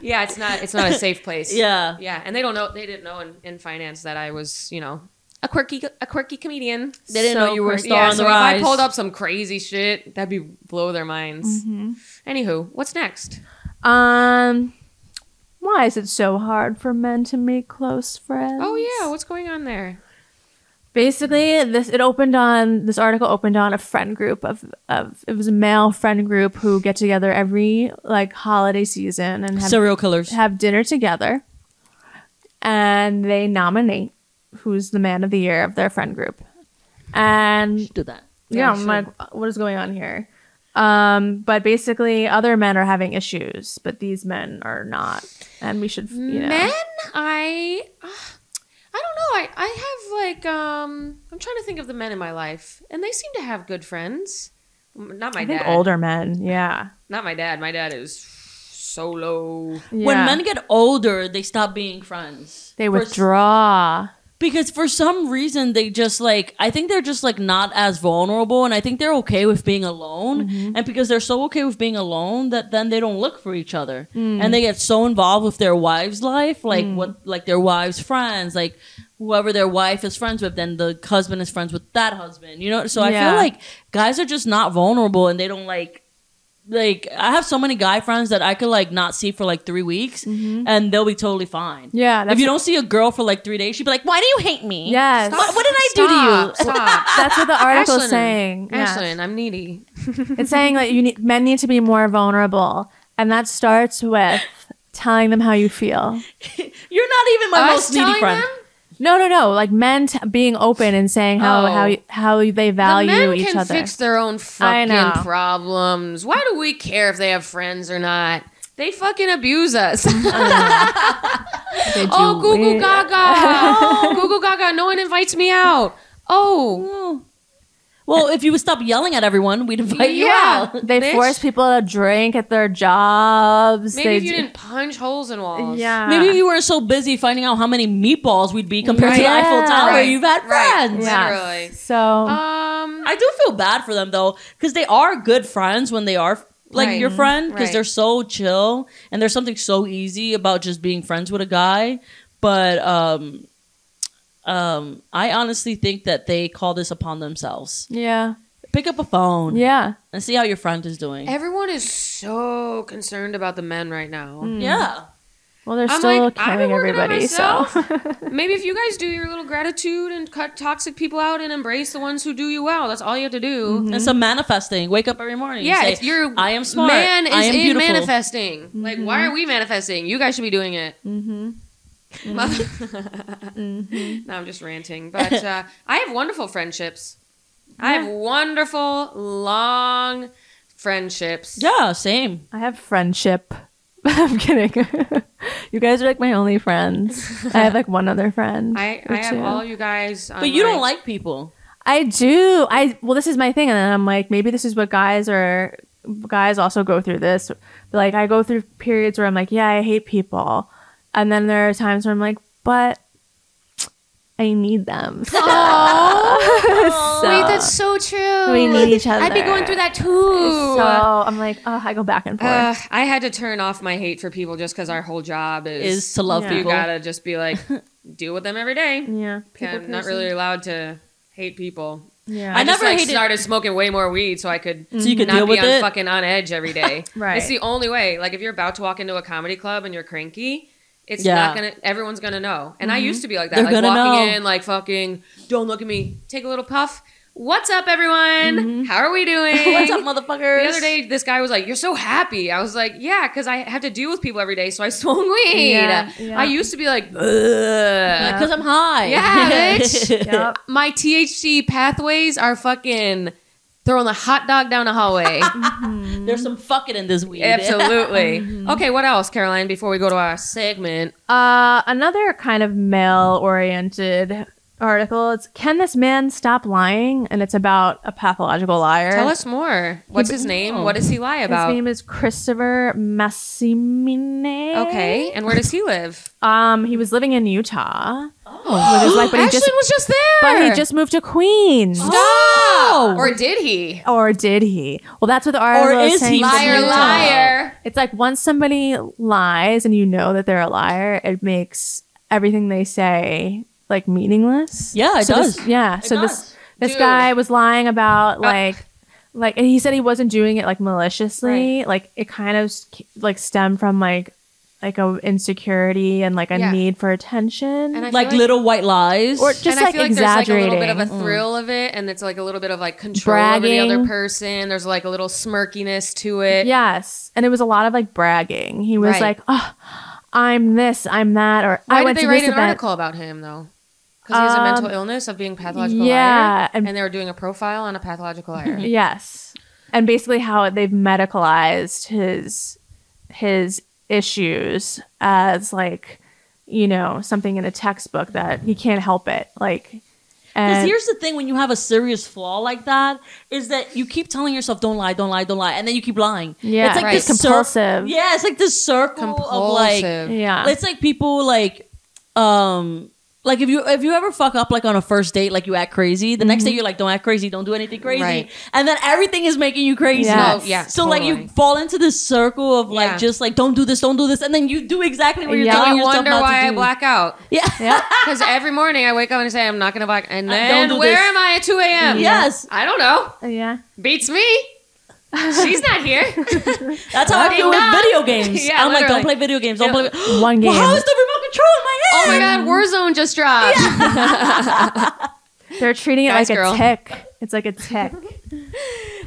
Speaker 1: yeah, it's not. It's not a safe place.
Speaker 3: yeah.
Speaker 1: yeah. And they don't know. They didn't know in, in finance that I was, you know, a quirky, a quirky comedian.
Speaker 3: They didn't
Speaker 4: So
Speaker 3: know you were a
Speaker 4: quirky.
Speaker 3: star
Speaker 1: yeah,
Speaker 3: on the
Speaker 1: so
Speaker 3: rise.
Speaker 1: if I pulled up some crazy shit, that'd be blow their minds.
Speaker 3: Mm-hmm.
Speaker 1: Anywho, what's next?
Speaker 4: Um, why is it so hard for men to make close friends?
Speaker 1: Oh yeah, what's going on there?
Speaker 4: Basically, this it opened on this article opened on a friend group of of it was a male friend group who get together every like holiday season and have
Speaker 3: serial killers.
Speaker 4: have dinner together, and they nominate who's the man of the year of their friend group, and
Speaker 3: Do that.
Speaker 4: yeah,
Speaker 1: Yeah,
Speaker 4: I'm
Speaker 1: sure.
Speaker 4: like, what is going on here? Um, but basically, other men are having issues, but these men are not, and we should, you know,
Speaker 1: Men, I, I don't know. I, I have like, um, I'm trying to think of the men in my life, and they seem to have good friends. M- Not my
Speaker 4: I think
Speaker 1: dad.
Speaker 4: older men, yeah,
Speaker 1: Not my dad. My dad is solo.
Speaker 4: Yeah.
Speaker 3: When men get older, they stop being friends.
Speaker 4: they
Speaker 3: For-
Speaker 4: withdraw,
Speaker 3: because for some reason they just like I think they're just like not as vulnerable, and I think they're okay with being alone. And because they're so okay with being alone, that then they don't look for each other, and they get so involved with their wives' life, like what, like their wives' friends, like whoever their wife is friends with, then the husband is friends with that husband. You know, so I
Speaker 4: Yeah.
Speaker 3: feel like guys are just not vulnerable, and they don't like like I have so many guy friends that I could like not see for like three weeks and they'll be totally fine.
Speaker 4: yeah. That's,
Speaker 3: if you don't see a girl for like three days, she'd be like, "Why do you hate me?
Speaker 4: yes,
Speaker 3: What, what did I do to
Speaker 1: Stop,
Speaker 3: you?"
Speaker 1: Stop.
Speaker 4: that's what the article is
Speaker 1: Ashlyn,
Speaker 4: saying. Yeah.
Speaker 1: Ashlyn, I'm needy.
Speaker 4: It's saying that you need men need to be more vulnerable, and that starts with telling them how you feel.
Speaker 3: You're not even
Speaker 4: Oh,
Speaker 3: my most needy
Speaker 1: telling
Speaker 3: friend.
Speaker 1: them?
Speaker 4: No, no, no, like men t- being open and saying how
Speaker 1: Oh.
Speaker 4: how you- how they value
Speaker 1: the men
Speaker 4: each
Speaker 1: can
Speaker 4: other.
Speaker 1: fix their own
Speaker 4: I know.
Speaker 1: fucking problems. Why do we care if they have friends or not? They fucking abuse us.
Speaker 4: Did
Speaker 1: oh,
Speaker 4: you
Speaker 1: Goo Goo
Speaker 4: wait?
Speaker 1: Gaga. Oh, Goo Goo Gaga. No one invites me out. Oh,
Speaker 3: Well, if you would stop yelling at everyone, we'd
Speaker 1: Yeah.
Speaker 3: invite you out.
Speaker 4: They
Speaker 1: Bitch.
Speaker 4: force people to drink at their jobs.
Speaker 1: maybe
Speaker 4: they
Speaker 1: if you
Speaker 4: d-
Speaker 1: didn't punch holes in walls.
Speaker 4: Yeah.
Speaker 3: Maybe if you weren't so busy finding out how many meatballs we'd be compared to the
Speaker 4: Right.
Speaker 3: Eiffel Tower.
Speaker 1: Right.
Speaker 3: You've had
Speaker 1: Right.
Speaker 3: friends.
Speaker 1: Yeah.
Speaker 4: Yes.
Speaker 1: Literally.
Speaker 4: So
Speaker 1: Um.
Speaker 3: I do feel bad for them though, because they are good friends when they are like
Speaker 1: Right.
Speaker 3: your friend, because
Speaker 1: Right.
Speaker 3: they're so chill and there's something so easy about just being friends with a guy. But um, um, I honestly think that they call this upon themselves.
Speaker 4: yeah,
Speaker 3: Pick up a phone
Speaker 4: yeah.
Speaker 3: and see how your friend is
Speaker 4: Mm.
Speaker 3: doing.
Speaker 1: Mm-hmm. Everyone is so concerned about the men right now.
Speaker 3: yeah,
Speaker 4: Well, they're
Speaker 1: I'm
Speaker 4: still
Speaker 1: like, I've been
Speaker 4: killing
Speaker 1: working on
Speaker 4: everybody, so
Speaker 1: Maybe if you guys do your little gratitude and cut toxic people out and embrace the ones who do you well, that's all you have to do.
Speaker 4: Mm-hmm.
Speaker 3: It's a manifesting. Wake up every morning. and
Speaker 1: Mm-hmm. Yeah,
Speaker 3: say,
Speaker 1: it's your
Speaker 3: I am smart.
Speaker 1: Man is
Speaker 3: I am
Speaker 1: in
Speaker 3: beautiful. Mm-hmm.
Speaker 1: manifesting. Like, why are we manifesting? You guys should be doing it.
Speaker 4: Mm-hmm.
Speaker 3: Mm-hmm.
Speaker 1: Mother- no, I'm just ranting. But uh, I have wonderful friendships. I have wonderful long friendships.
Speaker 3: Yeah, same.
Speaker 4: I have friendship. I'm kidding. you guys are like my only friends. I have like one other friend.
Speaker 1: I,
Speaker 4: or
Speaker 1: I have
Speaker 4: two.
Speaker 1: all you guys. On
Speaker 3: But you
Speaker 1: my-
Speaker 3: don't like people.
Speaker 4: I do. I well, this is my thing, and then I'm like, maybe this is what guys are. Guys also go through this. Like, I go through periods where I'm like, yeah, I hate people, and then there are times where I'm like, but I need them. So, so
Speaker 1: Oh, Wait, that's so true.
Speaker 4: we need each other.
Speaker 1: I'd be going through that too.
Speaker 4: So I'm like, oh, I go back and forth.
Speaker 1: Uh, I had to turn off my hate for people just because our whole job is,
Speaker 3: Is to love
Speaker 4: Yeah.
Speaker 1: you
Speaker 3: people.
Speaker 1: gotta just be like deal with them every day.
Speaker 4: yeah,
Speaker 1: I'm not really allowed to hate people.
Speaker 4: Yeah,
Speaker 1: I,
Speaker 3: I
Speaker 1: just
Speaker 3: never
Speaker 1: like
Speaker 3: hated-
Speaker 1: started smoking way more weed so I could
Speaker 3: So you could
Speaker 1: not
Speaker 3: deal
Speaker 1: be
Speaker 3: with
Speaker 1: on
Speaker 3: it.
Speaker 1: fucking on edge every day.
Speaker 4: Right.
Speaker 1: It's the only way. Like if you're about to walk into a comedy club and you're cranky, it's
Speaker 3: Yeah.
Speaker 1: not
Speaker 3: Mm-hmm.
Speaker 1: gonna everyone's gonna know. And I used to be like that.
Speaker 3: They're
Speaker 1: like
Speaker 3: gonna
Speaker 1: walking
Speaker 3: know.
Speaker 1: in, like fucking, don't look at me, take a little puff. What's up everyone? How are we doing?
Speaker 3: Mm-hmm. What's up, motherfuckers?
Speaker 1: The other day, this guy was like, "You're so happy." I was like, "Yeah, because I have to deal with people every day, so I smoke weed."
Speaker 4: Yeah, yeah.
Speaker 1: I used to be like, "Ugh."
Speaker 3: because I'm high.
Speaker 1: Yeah, bitch.
Speaker 4: Yep.
Speaker 1: "My THC pathways are fucking throwing the hot dog down the hallway."
Speaker 3: There's some fucking in this weed.
Speaker 1: Absolutely.
Speaker 4: Mm-hmm.
Speaker 1: okay, what else, Caroline? Before we go to our segment,
Speaker 4: Uh, another kind of male oriented article. It's Can This Man Stop Lying? And it's about a pathological liar.
Speaker 1: tell us more. What's his name? What does he lie about?
Speaker 4: His name is Christopher Massimine.
Speaker 1: okay, and where does he live?
Speaker 4: Um, he was living in Utah. Oh, with his wife, but he
Speaker 1: Ashlyn
Speaker 4: just
Speaker 1: was just there.
Speaker 4: but he just moved to Queens.
Speaker 1: Oh! Or did he?
Speaker 4: Or did he? Well, that's what the article
Speaker 3: Or
Speaker 4: is
Speaker 3: is
Speaker 4: saying.
Speaker 3: he?
Speaker 4: from
Speaker 1: Liar,
Speaker 3: Utah.
Speaker 1: liar.
Speaker 4: It's like once somebody lies and you know that they're a liar, it makes everything they say like meaningless.
Speaker 3: Yeah, it
Speaker 4: so
Speaker 3: does.
Speaker 4: This, yeah. so
Speaker 3: does.
Speaker 4: this this
Speaker 1: Dude. Uh,
Speaker 4: guy was lying about like like and he said he wasn't doing it like maliciously. Like it kind of s- like stemmed from like like a insecurity and like a
Speaker 1: Yeah.
Speaker 4: need for attention.
Speaker 1: And I feel
Speaker 3: like little white lies.
Speaker 4: or just
Speaker 1: and I
Speaker 4: like
Speaker 1: feel like
Speaker 4: exaggerating. Mm.
Speaker 1: there's like a little bit of a thrill of it, and it's like a little bit of like control over the other
Speaker 4: Bragging.
Speaker 1: person. There's like a little smirkiness to it.
Speaker 4: Yes. And it was a lot of like bragging. He was
Speaker 1: Right.
Speaker 4: like, Oh, I'm this, I'm that, or
Speaker 1: Why
Speaker 4: I went
Speaker 1: did they
Speaker 4: to
Speaker 1: write
Speaker 4: this
Speaker 1: an
Speaker 4: event.
Speaker 1: article about him though? Because he has a mental
Speaker 4: Um,
Speaker 1: illness of being pathological
Speaker 4: yeah,
Speaker 1: liar, and,
Speaker 4: and-
Speaker 1: they were doing a profile on a pathological liar.
Speaker 4: Yes. And basically how they've medicalized his his issues as like, you know, something in a textbook that he can't help it. Like
Speaker 3: Because
Speaker 4: and
Speaker 3: here's the thing: when you have a serious flaw like that, is that you keep telling yourself, "Don't lie, don't lie, don't lie," and then you keep lying.
Speaker 4: Yeah.
Speaker 3: it's like
Speaker 1: Right.
Speaker 3: this cir-
Speaker 4: Compulsive.
Speaker 3: yeah, it's like this circle of like,
Speaker 1: Compulsive.
Speaker 4: yeah.
Speaker 3: it's like people like, um, like if you if you ever fuck up like on a first date, like you act crazy. The
Speaker 4: Mm-hmm.
Speaker 3: next day you're like, "Don't act crazy, don't do anything crazy,"
Speaker 1: Right.
Speaker 3: and then everything is making you crazy.
Speaker 4: Yeah.
Speaker 1: No, Oh, yeah,
Speaker 3: So like
Speaker 1: totally.
Speaker 3: you fall into this circle of like
Speaker 1: Yeah.
Speaker 3: just like don't do this, don't do this, and then you do exactly what you're
Speaker 4: Yeah.
Speaker 3: telling
Speaker 1: I
Speaker 3: yourself
Speaker 1: wonder
Speaker 3: not
Speaker 1: why
Speaker 3: to
Speaker 1: I
Speaker 3: do.
Speaker 1: black out.
Speaker 3: yeah.
Speaker 4: yeah.
Speaker 1: Because every morning I wake up and I say I'm not gonna black, and
Speaker 3: I
Speaker 1: then
Speaker 3: Uh, don't do
Speaker 1: where
Speaker 3: this.
Speaker 1: am I at 2 a.m.?
Speaker 3: Yes.
Speaker 1: I don't know.
Speaker 4: Yeah.
Speaker 1: Beats me. She's not here.
Speaker 3: That's how I feel with
Speaker 1: Enough.
Speaker 3: video games.
Speaker 1: Yeah,
Speaker 3: I'm like,
Speaker 1: literally.
Speaker 3: don't play video games. Don't play.
Speaker 1: Yeah.
Speaker 3: vi-"
Speaker 4: One
Speaker 3: Well,
Speaker 4: game.
Speaker 3: how is the remote control in my
Speaker 1: oh
Speaker 3: hand?
Speaker 1: my God, Warzone just dropped.
Speaker 4: They're treating it
Speaker 1: Guys,
Speaker 4: like
Speaker 1: girl.
Speaker 4: a tick. It's like a tick.
Speaker 3: Yeah.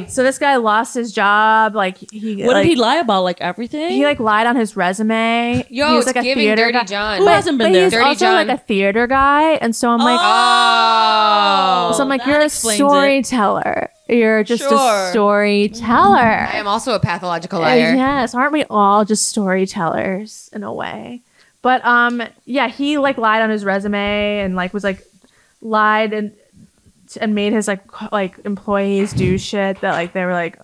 Speaker 1: Okay.
Speaker 4: so this guy lost his job. Like he
Speaker 3: What
Speaker 4: like,
Speaker 3: did he lie about? Like everything?
Speaker 4: he like lied on his resume.
Speaker 1: Yo,
Speaker 4: he was
Speaker 1: it's
Speaker 4: like a
Speaker 1: giving
Speaker 4: theater
Speaker 1: Dirty
Speaker 4: guy.
Speaker 1: John.
Speaker 3: Who hasn't been
Speaker 4: but
Speaker 3: there?
Speaker 4: he's
Speaker 1: Dirty
Speaker 4: also
Speaker 1: John.
Speaker 4: like a theater guy, and so I'm like,
Speaker 1: Oh.
Speaker 4: so I'm like,
Speaker 3: that
Speaker 4: you're a
Speaker 3: explains it.
Speaker 4: storyteller. You're just
Speaker 3: Sure.
Speaker 4: a storyteller.
Speaker 1: I am also a pathological liar.
Speaker 4: Uh, Yes, aren't we all just storytellers in a way? But um, yeah, he like lied on his resume and like was like lied and and made his like co- like employees do shit that like they were like,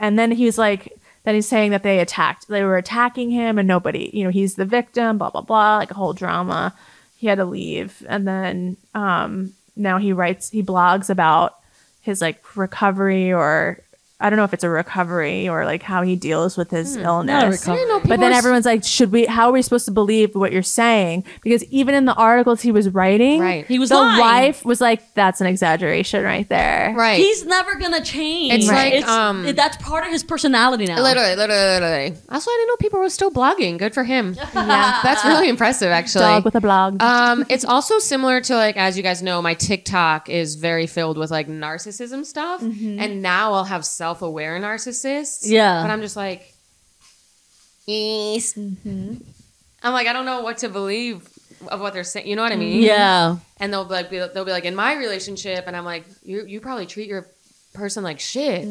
Speaker 4: and then he's like then he's saying that they attacked they were attacking him and nobody you know he's the victim blah blah blah like a whole drama. He had to leave and then um now he writes he blogs about his like recovery or I don't know if it's a recovery or like how he deals with his illness.
Speaker 3: recovery.
Speaker 1: didn't know people
Speaker 4: But then
Speaker 1: were-
Speaker 4: everyone's like, should we? How are we supposed to believe what you're saying? Because even in the articles he was writing,
Speaker 1: Right.
Speaker 3: He was
Speaker 4: the
Speaker 3: lying.
Speaker 4: wife was like, "That's an exaggeration right there."
Speaker 1: right.
Speaker 3: He's never gonna change.
Speaker 1: It's
Speaker 4: like,
Speaker 1: um,
Speaker 3: it- that's part of his personality now.
Speaker 1: Literally, literally, literally. That's why I didn't know people were still blogging. Good for him. Yeah, that's
Speaker 3: Uh,
Speaker 1: really impressive, actually.
Speaker 4: Dog with a blog.
Speaker 1: um, it's also similar to like as you guys know, my TikTok is very filled with like narcissism stuff, and now I'll have self-aware narcissists.
Speaker 3: Mm-hmm. Yeah.
Speaker 1: but I'm just like, yes.
Speaker 3: Mm-hmm.
Speaker 1: I'm like I don't know what to believe of what they're saying. You know what I mean?
Speaker 3: Yeah.
Speaker 1: and they'll be like be- they'll be like in my relationship and i'm like you you probably treat your person like shit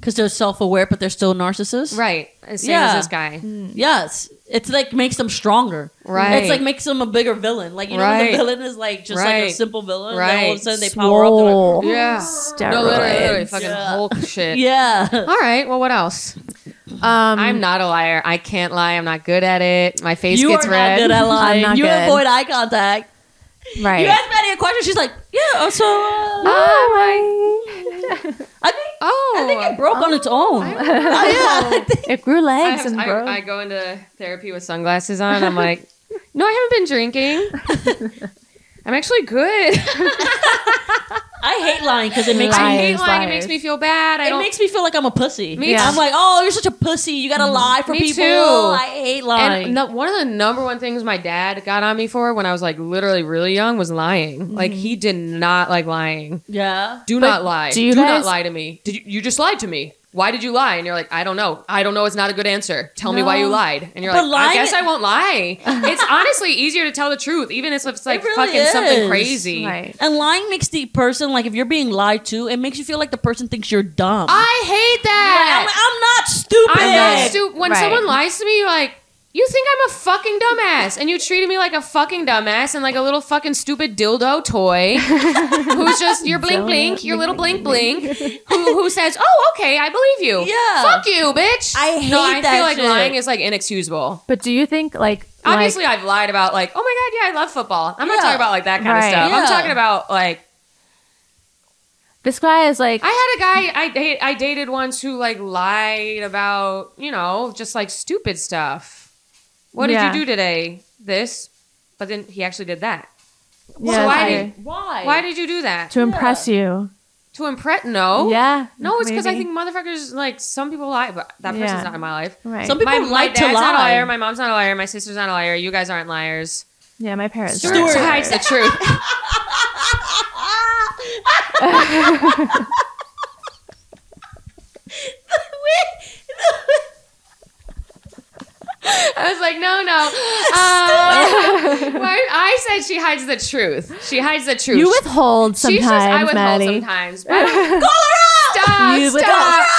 Speaker 3: Because they're self aware, but they're still narcissists.
Speaker 1: right as same
Speaker 3: Yeah. Mm.
Speaker 1: as this guy
Speaker 3: Yes. It's like makes them stronger.
Speaker 1: Right.
Speaker 3: It's like makes them a bigger villain. Like, you know, when
Speaker 1: Right.
Speaker 3: the villain is like just like a
Speaker 1: Right.
Speaker 3: simple villain. Right. Then all of
Speaker 1: Right.
Speaker 3: a sudden they power up. They're like,
Speaker 4: Swole.
Speaker 1: yeah no literally, literally
Speaker 4: Steroids.
Speaker 1: fucking
Speaker 3: Yeah.
Speaker 1: hulk shit
Speaker 3: yeah.
Speaker 1: all right well what else
Speaker 4: Um,
Speaker 1: i'm not a liar i can't lie i'm not good at it my face
Speaker 3: You are
Speaker 1: gets red
Speaker 3: not good at lying.
Speaker 4: not
Speaker 3: you
Speaker 4: good.
Speaker 3: avoid eye contact.
Speaker 4: right.
Speaker 3: You ask Maddie a question. She's like, yeah, oh, so uh, I, think,
Speaker 1: oh
Speaker 3: I think it broke on its own. yeah.
Speaker 4: It grew
Speaker 1: I,
Speaker 4: legs
Speaker 1: have-
Speaker 4: and
Speaker 1: I-
Speaker 4: broke.
Speaker 1: I go into therapy with sunglasses on i'm like no i haven't been drinking i'm actually good
Speaker 3: I hate lying because it makes
Speaker 1: i
Speaker 3: me.
Speaker 1: hate lying
Speaker 4: Liars,
Speaker 1: it
Speaker 4: liars.
Speaker 1: makes me feel bad i
Speaker 3: It
Speaker 1: don't
Speaker 3: makes me feel like I'm a pussy.
Speaker 1: Me
Speaker 3: I'm
Speaker 1: too. Mm-hmm.
Speaker 3: like, oh, you're such a pussy. You gotta lie for
Speaker 1: Me
Speaker 3: people.
Speaker 1: too.
Speaker 3: I hate lying.
Speaker 1: And no, one of the number one things my dad got on me for when I was like literally really young was lying. Like he
Speaker 3: Mm-hmm.
Speaker 1: did not like lying.
Speaker 3: yeah.
Speaker 1: Do not lie.
Speaker 4: do you
Speaker 1: not
Speaker 4: guys-
Speaker 1: lie to me. Did you, you just lied to me? Why did you lie? And you're like, I don't know. I don't know. It's not a good answer. Tell me why you
Speaker 3: No.
Speaker 1: lied. And you're
Speaker 3: But
Speaker 1: like, I
Speaker 3: lying-
Speaker 1: guess I won't lie. it's honestly easier to tell the truth, even if it's like
Speaker 3: really
Speaker 1: fucking something
Speaker 3: is.
Speaker 1: crazy.
Speaker 4: right.
Speaker 3: And lying makes the person like if you're being lied to, it makes you feel like the person thinks you're dumb.
Speaker 1: I hate
Speaker 3: I'm,
Speaker 1: that.
Speaker 3: I'm not stupid.
Speaker 1: I'm not stupid. When
Speaker 4: Right.
Speaker 1: someone lies to me, you're like, you think I'm a fucking dumbass, and you treated me like a fucking dumbass and like a little fucking stupid dildo toy who's just your blink blink, your little blink blink, who, who says, "Oh, okay, I believe you."
Speaker 3: Yeah.
Speaker 1: fuck you, bitch.
Speaker 3: Oh. I hate
Speaker 1: no. I
Speaker 3: that
Speaker 1: feel like
Speaker 3: shit.
Speaker 1: lying is like inexcusable.
Speaker 4: But do you think like
Speaker 1: Obviously, I've lied about like, oh my god, yeah, I love football. I'm
Speaker 3: Yeah.
Speaker 1: not talking about like that kind
Speaker 4: Right.
Speaker 1: of stuff.
Speaker 3: Yeah.
Speaker 1: I'm talking about like
Speaker 4: like, this guy is like
Speaker 1: I had a guy I date, I dated once who like lied about you know just like stupid stuff. What
Speaker 4: Yeah.
Speaker 1: did you do today? This, but then he actually did that.
Speaker 4: yeah,
Speaker 1: so why
Speaker 4: sorry.
Speaker 1: did-
Speaker 3: Why?
Speaker 1: Why did you do that?
Speaker 4: to impress you?
Speaker 1: To impress? No.
Speaker 4: Yeah.
Speaker 1: Oh. No, it's because I
Speaker 4: maybe.
Speaker 1: think motherfuckers like some people lie, but that person's
Speaker 4: Yeah.
Speaker 1: not in my life.
Speaker 4: right.
Speaker 3: Some people
Speaker 1: my, my
Speaker 3: like
Speaker 1: dad's
Speaker 3: to
Speaker 1: not a
Speaker 3: lie.
Speaker 1: liar. My mom's not a liar. My sister's not a liar. You guys aren't liars.
Speaker 4: yeah, my parents.
Speaker 3: Stuart.
Speaker 4: were.
Speaker 1: hides the truth. I was like, no, no. Uh, why- I said she hides the truth. She hides the truth.
Speaker 4: You withhold
Speaker 1: She's
Speaker 4: sometimes,
Speaker 1: just, I withhold
Speaker 4: Maddie.
Speaker 1: sometimes. but I don't-
Speaker 4: You
Speaker 1: Stop!
Speaker 4: withhold.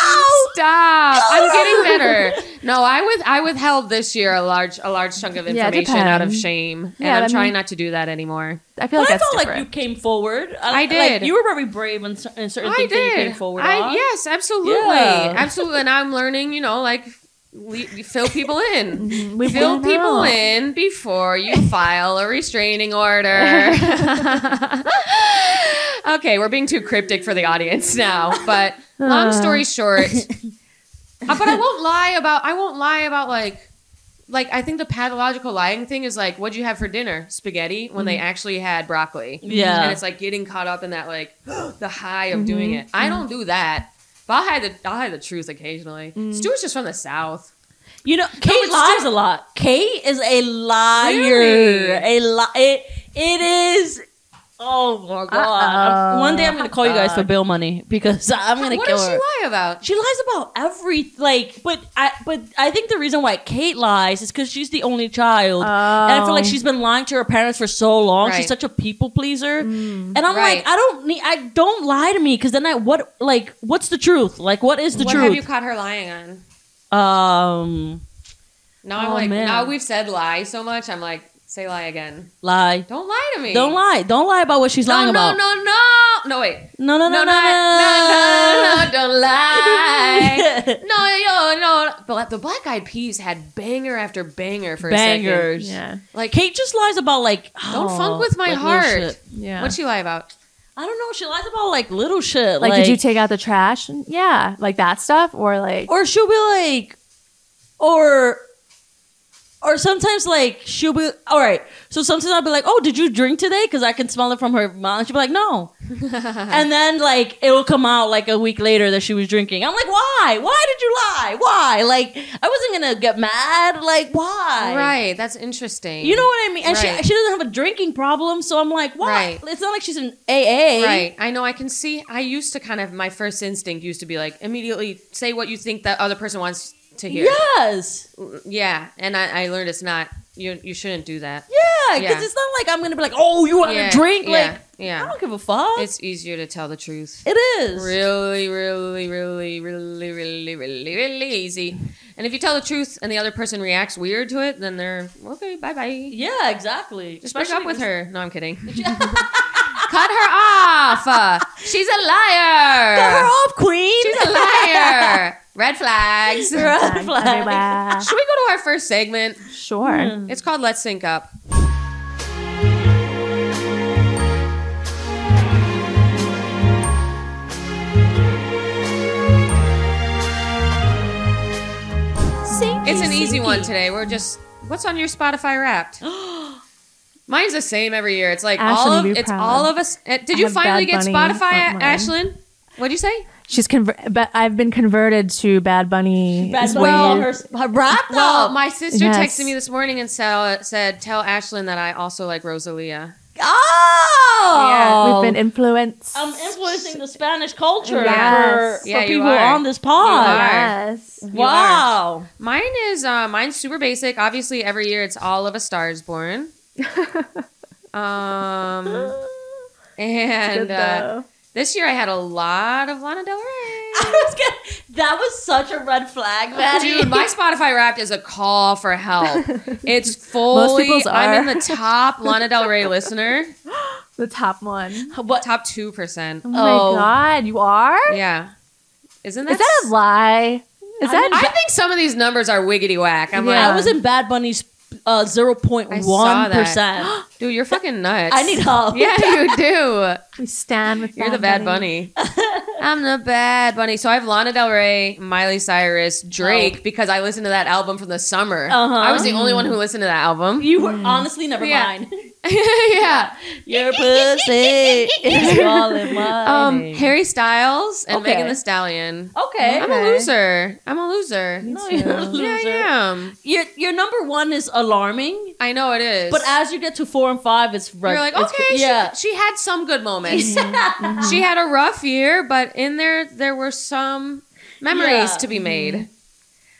Speaker 1: Stop! Stop! I'm getting better. No, I with I withheld this year a large a large chunk of
Speaker 4: Yeah, it
Speaker 1: information out of
Speaker 4: depends.
Speaker 1: shame,
Speaker 4: Yeah,
Speaker 1: and
Speaker 4: I
Speaker 1: I'm trying
Speaker 4: mean-
Speaker 1: not to do that anymore.
Speaker 4: I feel like
Speaker 3: But I
Speaker 4: that's
Speaker 3: felt like you
Speaker 4: different.
Speaker 3: came forward.
Speaker 1: I
Speaker 3: like,
Speaker 1: did.
Speaker 3: you were very brave in, cer- in certain
Speaker 1: I
Speaker 3: things that you
Speaker 1: did.
Speaker 3: came forward
Speaker 1: I
Speaker 3: on.
Speaker 1: yes, absolutely,
Speaker 3: Yeah.
Speaker 1: absolutely. And I'm learning, you know, like le- fill people in.
Speaker 4: we
Speaker 1: Fill
Speaker 4: don't
Speaker 1: people
Speaker 4: know.
Speaker 1: in before you file a restraining order. okay, we're being too cryptic for the audience now, but long story short, uh, but I won't lie about I won't lie about like like I think the pathological lying thing is like what'd you have for dinner? Spaghetti when they actually had broccoli.
Speaker 3: Yeah.
Speaker 1: And it's like getting caught up in that like the high of doing it. I don't do that. But I'll hide the I'll hide the truth occasionally. Stuart's just from the south.
Speaker 3: You know, Kate
Speaker 1: it's
Speaker 3: lies a lot. Kate is a liar.
Speaker 1: Really?
Speaker 3: A li- it, it is. Oh my god! I'm- One day I'm gonna call you guys for bail money because I'm gonna
Speaker 1: What
Speaker 3: kill
Speaker 1: does she
Speaker 3: her.
Speaker 1: lie about?
Speaker 3: Uh-uh. She lies about every like, but I but I think the reason why Kate lies is because she's the only child, and I feel like
Speaker 4: Oh.
Speaker 3: she's been lying to her parents for so long. She's
Speaker 1: Right.
Speaker 3: such a people pleaser, and I'm
Speaker 1: Right.
Speaker 3: like, I don't need, I don't lie to me because then I what like what's the truth? Like what is the
Speaker 1: what have you
Speaker 3: truth?
Speaker 1: caught her lying on?
Speaker 3: um,
Speaker 1: Now I'm
Speaker 3: Oh,
Speaker 1: like
Speaker 3: man.
Speaker 1: now we've said lie so much, I'm like, say lie again.
Speaker 3: lie.
Speaker 1: Don't lie to me.
Speaker 3: Don't lie. Don't lie about what she's
Speaker 1: No,
Speaker 3: lying
Speaker 1: no,
Speaker 3: about.
Speaker 1: no, no. No, wait.
Speaker 3: No, no,
Speaker 1: no,
Speaker 3: no,
Speaker 1: no, no, no, don't lie.
Speaker 3: no.
Speaker 1: No, yo, no. But the Black Eyed Peas had banger after banger for a second.
Speaker 3: Bangers.
Speaker 4: Yeah.
Speaker 1: Like,
Speaker 3: Kate just lies about like
Speaker 1: Don't
Speaker 3: oh,
Speaker 1: funk with my
Speaker 3: like, little
Speaker 1: heart.
Speaker 3: shit.
Speaker 4: Yeah.
Speaker 1: what'd she lie about?
Speaker 3: I don't know. She lies about like little shit.
Speaker 4: Like, did you take out the trash? Yeah, like that stuff, or like,
Speaker 3: or she'll be like, or, or sometimes like she'll be all right. So sometimes I'll be like, oh, did you drink today? Because I can smell it from her mouth. She'll be like, no. and then like it'll come out like a week later that she was drinking. I'm like, why? Why did you lie? Why? Like I wasn't gonna get mad. Like why?
Speaker 1: Right. That's interesting.
Speaker 3: You know what I mean? And
Speaker 1: Right.
Speaker 3: she she doesn't have a drinking problem, so I'm like, why?
Speaker 1: Right.
Speaker 3: It's not like she's an AA.
Speaker 1: Right. I know I can see I used to kind of my first instinct used to be like immediately say what you think that other person wants to hear.
Speaker 3: Yes.
Speaker 1: Yeah. And I, I learned it's not you you shouldn't do that.
Speaker 3: Yeah, because
Speaker 1: Yeah.
Speaker 3: it's not like I'm gonna be like, oh, you want
Speaker 1: Yeah,
Speaker 3: to drink?
Speaker 1: yeah,
Speaker 3: Like,
Speaker 1: yeah.
Speaker 3: I don't give a fuck. It's,
Speaker 1: It's easier to tell the truth.
Speaker 3: it is.
Speaker 1: Really, really, really, really, really, really, really easy. And if you tell the truth and the other person reacts weird to it, then they're okay, bye bye.
Speaker 3: Yeah, exactly.
Speaker 1: Just break up
Speaker 3: Especially
Speaker 1: with
Speaker 3: when-
Speaker 1: her. No, I'm kidding. Cut her off. She's a liar.
Speaker 3: Cut her off, queen.
Speaker 1: She's a liar. Red flags. Should
Speaker 3: Red flag.
Speaker 4: everywhere.
Speaker 1: we go to our first segment?
Speaker 4: sure.
Speaker 1: It's called Let's Sync Up. It's an easy one today. We're just what's on your Spotify Wrapped? Mine's the same every year. It's like all
Speaker 4: Ashlyn,
Speaker 1: of
Speaker 4: be
Speaker 1: it's
Speaker 4: proud.
Speaker 1: all of us. uh, Did
Speaker 4: I
Speaker 1: you
Speaker 4: have Bad
Speaker 1: finally get
Speaker 4: Bunny
Speaker 1: Spotify,
Speaker 4: on mine.
Speaker 1: Ashlyn? What'd you say?
Speaker 4: She's conver- but I've been converted to Bad Bunny.
Speaker 3: Bad
Speaker 4: is
Speaker 3: boy.
Speaker 4: weird.
Speaker 3: her, her wrapped
Speaker 1: Well,
Speaker 3: up.
Speaker 1: my sister
Speaker 4: Yes.
Speaker 1: texted me this morning and sell, said, "Tell Ashlyn that I also like Rosalia."
Speaker 3: oh,
Speaker 4: We've been influenced.
Speaker 3: I'm influencing the Spanish culture
Speaker 4: Yes.
Speaker 3: for,
Speaker 1: Yeah,
Speaker 3: for
Speaker 1: you
Speaker 3: people
Speaker 1: are.
Speaker 3: on this
Speaker 1: You
Speaker 3: pod.
Speaker 1: are.
Speaker 4: yes.
Speaker 3: Wow.
Speaker 1: Mine is uh, mine's super basic. Obviously, every year it's all of a stars born. um, and
Speaker 4: Good,
Speaker 1: uh,
Speaker 4: though.
Speaker 1: this year I had a lot of Lana Del Rey.
Speaker 3: I was gonna, that was such a red flag, Maddie.
Speaker 1: Dude, my Spotify Wrapped is a call for help. It's
Speaker 4: Most
Speaker 1: fully.
Speaker 4: people's
Speaker 1: I'm
Speaker 4: are.
Speaker 1: in the top Lana Del Rey listener,
Speaker 4: the top one.
Speaker 3: what?
Speaker 1: top two percent.
Speaker 4: Oh, my god, you are?
Speaker 1: Yeah, isn't that?
Speaker 4: Is that a lie? Is that
Speaker 1: I think some of these numbers are wiggity whack. I'm
Speaker 4: Yeah.
Speaker 3: I was in Bad Bunny's uh, 0.1%.
Speaker 1: I
Speaker 3: I,
Speaker 1: saw that. like, dude, you're fucking nuts.
Speaker 3: need help.
Speaker 1: Yeah, you do.
Speaker 4: we stand with
Speaker 1: You're the bad bunny. I'm the bad bunny. So I have Lana Del Rey, Miley
Speaker 4: Oh.
Speaker 1: Cyrus, Drake because I listened to that album from the summer.
Speaker 3: Uh-huh.
Speaker 1: I was the only one who listened to that album.
Speaker 3: You were honestly never
Speaker 1: Yeah.
Speaker 3: mind.
Speaker 1: yeah.
Speaker 3: Mm. Your pussy is all in mine.
Speaker 1: Um, Harry Styles and
Speaker 3: Okay.
Speaker 1: Megan Thee Stallion.
Speaker 3: okay.
Speaker 1: I'm a loser. I'm a loser.
Speaker 4: Me
Speaker 3: No,
Speaker 4: too.
Speaker 3: you're a loser.
Speaker 1: Yeah, I am.
Speaker 3: Your your number one is alarming,
Speaker 1: I know it is.
Speaker 3: but as you get to four and five, it's right.
Speaker 1: you're like,
Speaker 3: it's-
Speaker 1: okay, she-
Speaker 3: yeah.
Speaker 1: she, had some good moments.
Speaker 3: yeah.
Speaker 1: she had a rough year, but in there there were some memories
Speaker 3: Yeah.
Speaker 1: to be made.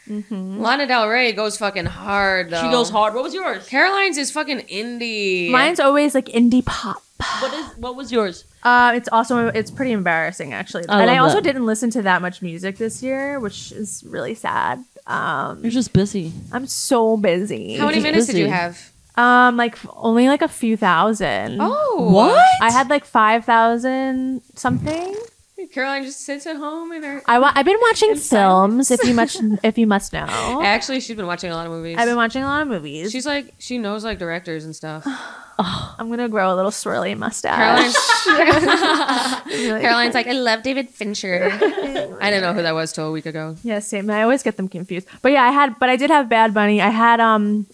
Speaker 4: Mhm.
Speaker 1: Lana Del Rey goes fucking hard though.
Speaker 3: She goes hard. What was yours?
Speaker 1: Caroline's is fucking indie.
Speaker 4: Mine's always like indie pop.
Speaker 3: What is what was yours?
Speaker 4: Uh, it's also it's pretty embarrassing actually,
Speaker 3: I
Speaker 4: and
Speaker 3: love
Speaker 4: I also
Speaker 3: that.
Speaker 4: didn't listen to that much music this year, which is really sad. Um,
Speaker 3: just busy.
Speaker 4: I'm so busy.
Speaker 1: How many
Speaker 3: She's
Speaker 1: minutes did you
Speaker 3: busy.
Speaker 1: have?
Speaker 4: Um, like f- only like a few thousand.
Speaker 1: Oh,
Speaker 4: I had like five thousand something.
Speaker 1: Caroline just sits at home and her.
Speaker 4: I wa- I've been watching films. If you much, if you must know,
Speaker 3: Oh.
Speaker 4: I've
Speaker 1: Actually, she's been watching a lot of movies.
Speaker 4: been watching a lot of movies.
Speaker 1: She's like she knows like directors and stuff.
Speaker 4: I'm gonna grow a little swirly mustache.
Speaker 1: Caroline's,
Speaker 4: Really-
Speaker 1: Caroline's like I love David Fincher. I didn't know who that was till a week ago.
Speaker 4: Yeah, same. I always get them confused. But yeah, I had, but I did have Bad Bunny. I had um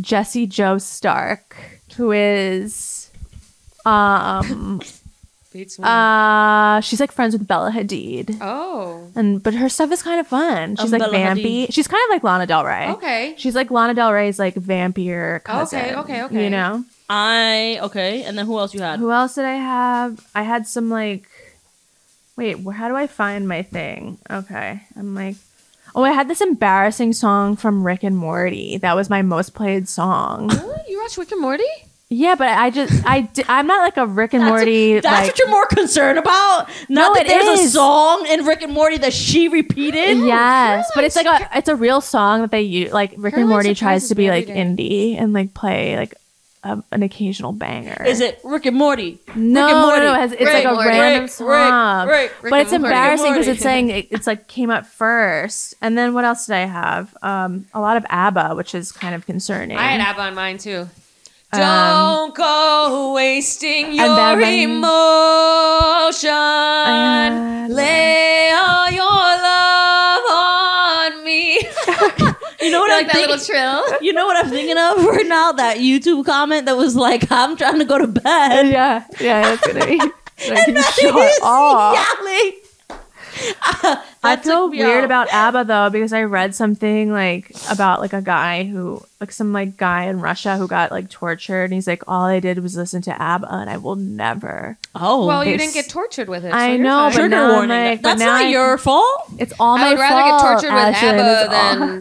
Speaker 4: Jesse Joe Stark, who is um
Speaker 1: Beats me.
Speaker 4: uh she's like friends with Bella Hadid,
Speaker 1: oh,
Speaker 4: and but her stuff is kind of fun. She's
Speaker 3: Um,
Speaker 4: like
Speaker 3: Bella
Speaker 4: vampy. She's kind of like Lana Del Rey.
Speaker 1: okay.
Speaker 4: She's like Lana Del Rey's like vampire cousin.
Speaker 1: okay, okay.
Speaker 4: You know
Speaker 3: I okay, and then who else you had?
Speaker 4: who else did I have? I had some like, wait, wh- how do I find my thing? Okay, I'm like, oh, I had this embarrassing song from Rick and Morty. That was my most played song.
Speaker 1: Really? You watch Rick and Morty?
Speaker 4: yeah, but I just I di- I'm not like a Rick and Morty.
Speaker 3: That's
Speaker 4: like,
Speaker 3: what you're more concerned about. Not
Speaker 4: No,
Speaker 3: that
Speaker 4: it
Speaker 3: there's a
Speaker 4: is.
Speaker 3: song in Rick and Morty that she repeated.
Speaker 4: Yes, but it's like a it's a real song that they use. Like Rick and
Speaker 1: Caroline
Speaker 4: Morty tries
Speaker 1: surprises
Speaker 4: to
Speaker 1: me
Speaker 4: be
Speaker 1: every
Speaker 4: like
Speaker 1: day.
Speaker 4: indie and like play like a, an occasional banger.
Speaker 3: Is it Rick and Morty?
Speaker 4: No,
Speaker 3: Rick and Morty.
Speaker 4: no, no, it's, it's
Speaker 1: Rick
Speaker 4: like a
Speaker 1: and Morty.
Speaker 4: random
Speaker 3: Rick,
Speaker 4: song.
Speaker 3: Rick, Rick, Rick
Speaker 4: but
Speaker 1: and
Speaker 4: it's
Speaker 1: Morty.
Speaker 4: embarrassing because
Speaker 3: Morty.
Speaker 4: it's saying it, it's like came up first. And then what else did I have? Um, a lot of ABBA, which is kind of concerning.
Speaker 1: I had ABBA on mine too. Don't go wasting your
Speaker 4: that one-
Speaker 1: emotion.
Speaker 4: I, uh,
Speaker 1: Lay all your love on me.
Speaker 3: You know what
Speaker 1: like
Speaker 3: I'm
Speaker 1: that
Speaker 3: thinking?
Speaker 1: little trill.
Speaker 3: You know what I'm thinking of right now? That YouTube comment that was like, "I'm trying to go to bed."
Speaker 4: yeah, yeah, that's gonna be. I can
Speaker 3: It
Speaker 4: show
Speaker 3: is
Speaker 4: it off.
Speaker 3: yelling.
Speaker 4: I
Speaker 3: That took
Speaker 4: feel
Speaker 3: me
Speaker 4: weird about
Speaker 3: out.
Speaker 4: ABBA though because I read something like about like a guy who like some like guy in Russia who got like tortured and he's like all I did was listen to ABBA and I will never.
Speaker 3: Oh,
Speaker 1: Well, you
Speaker 4: this-
Speaker 1: didn't get tortured with it. so
Speaker 4: I
Speaker 1: you're
Speaker 4: know,
Speaker 1: fine.
Speaker 4: but
Speaker 3: trigger
Speaker 4: now I'm
Speaker 3: warning.
Speaker 4: like- but
Speaker 3: That's
Speaker 4: now
Speaker 3: not
Speaker 4: I-
Speaker 3: your fault.
Speaker 4: It's all my
Speaker 1: I would rather
Speaker 4: fault.
Speaker 1: get tortured with
Speaker 4: Ashton, it's all-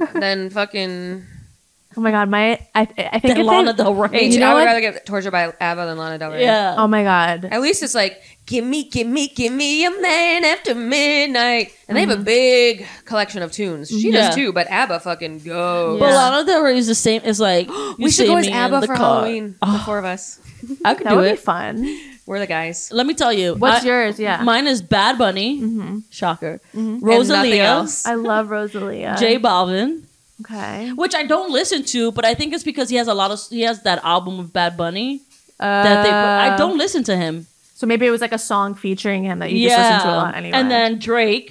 Speaker 1: ABBA than than fucking.
Speaker 4: oh my god, my I I think if
Speaker 3: That
Speaker 4: they-
Speaker 3: Lana Del Rey.
Speaker 1: Me
Speaker 4: you
Speaker 1: too.
Speaker 4: know
Speaker 1: I would
Speaker 4: what?
Speaker 1: rather get tortured by ABBA than Lana Del Rey.
Speaker 3: yeah.
Speaker 4: oh my god.
Speaker 1: At least it's like, give me, give me, give me a man after midnight. And they have a big collection of tunes. She
Speaker 3: Mm-hmm. Yeah.
Speaker 1: does too, but ABBA fucking goes.
Speaker 3: But
Speaker 4: Yeah.
Speaker 3: Lana Del Rey is the same. It's like
Speaker 1: We
Speaker 3: you
Speaker 1: should
Speaker 3: see
Speaker 1: go as
Speaker 3: me in
Speaker 1: ABBA
Speaker 3: the
Speaker 1: for
Speaker 3: car. Oh.
Speaker 1: Halloween. The four of us.
Speaker 3: I could
Speaker 4: that
Speaker 3: do
Speaker 4: would be
Speaker 3: it.
Speaker 4: fun. Uh,
Speaker 1: We're the guys.
Speaker 3: Let me tell you.
Speaker 4: What's
Speaker 3: I-
Speaker 4: yours? Yeah.
Speaker 3: Mine is Bad Bunny.
Speaker 4: Mhm.
Speaker 3: Shocker.
Speaker 1: And nothing
Speaker 3: Rosalia.
Speaker 1: else.
Speaker 4: I love Rosalia.
Speaker 3: J Balvin,
Speaker 4: okay.
Speaker 3: which I don't listen to, but I think it's because he has a lot of he has that album of Bad Bunny that
Speaker 4: Uh,
Speaker 3: they put. I don't listen to him.
Speaker 4: So maybe it was like a song featuring him that you just listen to a lot anyway.
Speaker 3: And then Drake.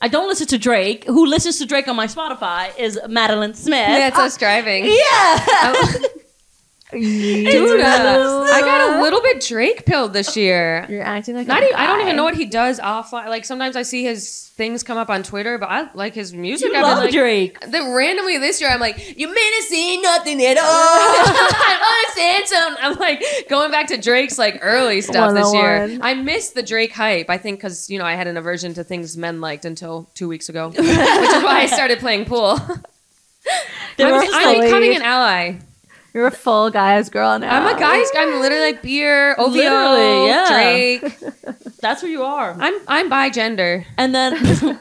Speaker 3: I don't listen to Drake. Who listens to Drake on my Spotify is Madeline Smith. Uh,
Speaker 1: Yeah, it's us driving.
Speaker 3: Yeah.
Speaker 1: Dude,
Speaker 4: you,
Speaker 1: uh, I got a little bit Drake pilled this year.
Speaker 4: you're acting like
Speaker 1: Not
Speaker 4: a
Speaker 1: even, I don't
Speaker 4: guy.
Speaker 1: even know what he does offline. Like sometimes I see his things come up on Twitter, but I like his music.
Speaker 3: You
Speaker 1: I've been
Speaker 3: love
Speaker 1: like-
Speaker 3: Drake.
Speaker 1: Then randomly this year, I'm like, you may have seen nothing at all. I understand some. I'm like going back to Drake's like early stuff this year.
Speaker 4: 101.
Speaker 1: I missed the Drake hype. I think because you know I had an aversion to things men liked until two weeks ago, which is why I started playing pool.
Speaker 3: There
Speaker 1: I'm,
Speaker 3: were
Speaker 1: just-
Speaker 3: some-
Speaker 1: I'm
Speaker 4: like-
Speaker 1: becoming an ally.
Speaker 4: You're a full guys girl now.
Speaker 1: I'm a guy. I'm literally like beer, OVO,
Speaker 3: Literally, yeah.
Speaker 1: Drake.
Speaker 3: that's who you are.
Speaker 1: I'm I'm bi gender.
Speaker 3: And then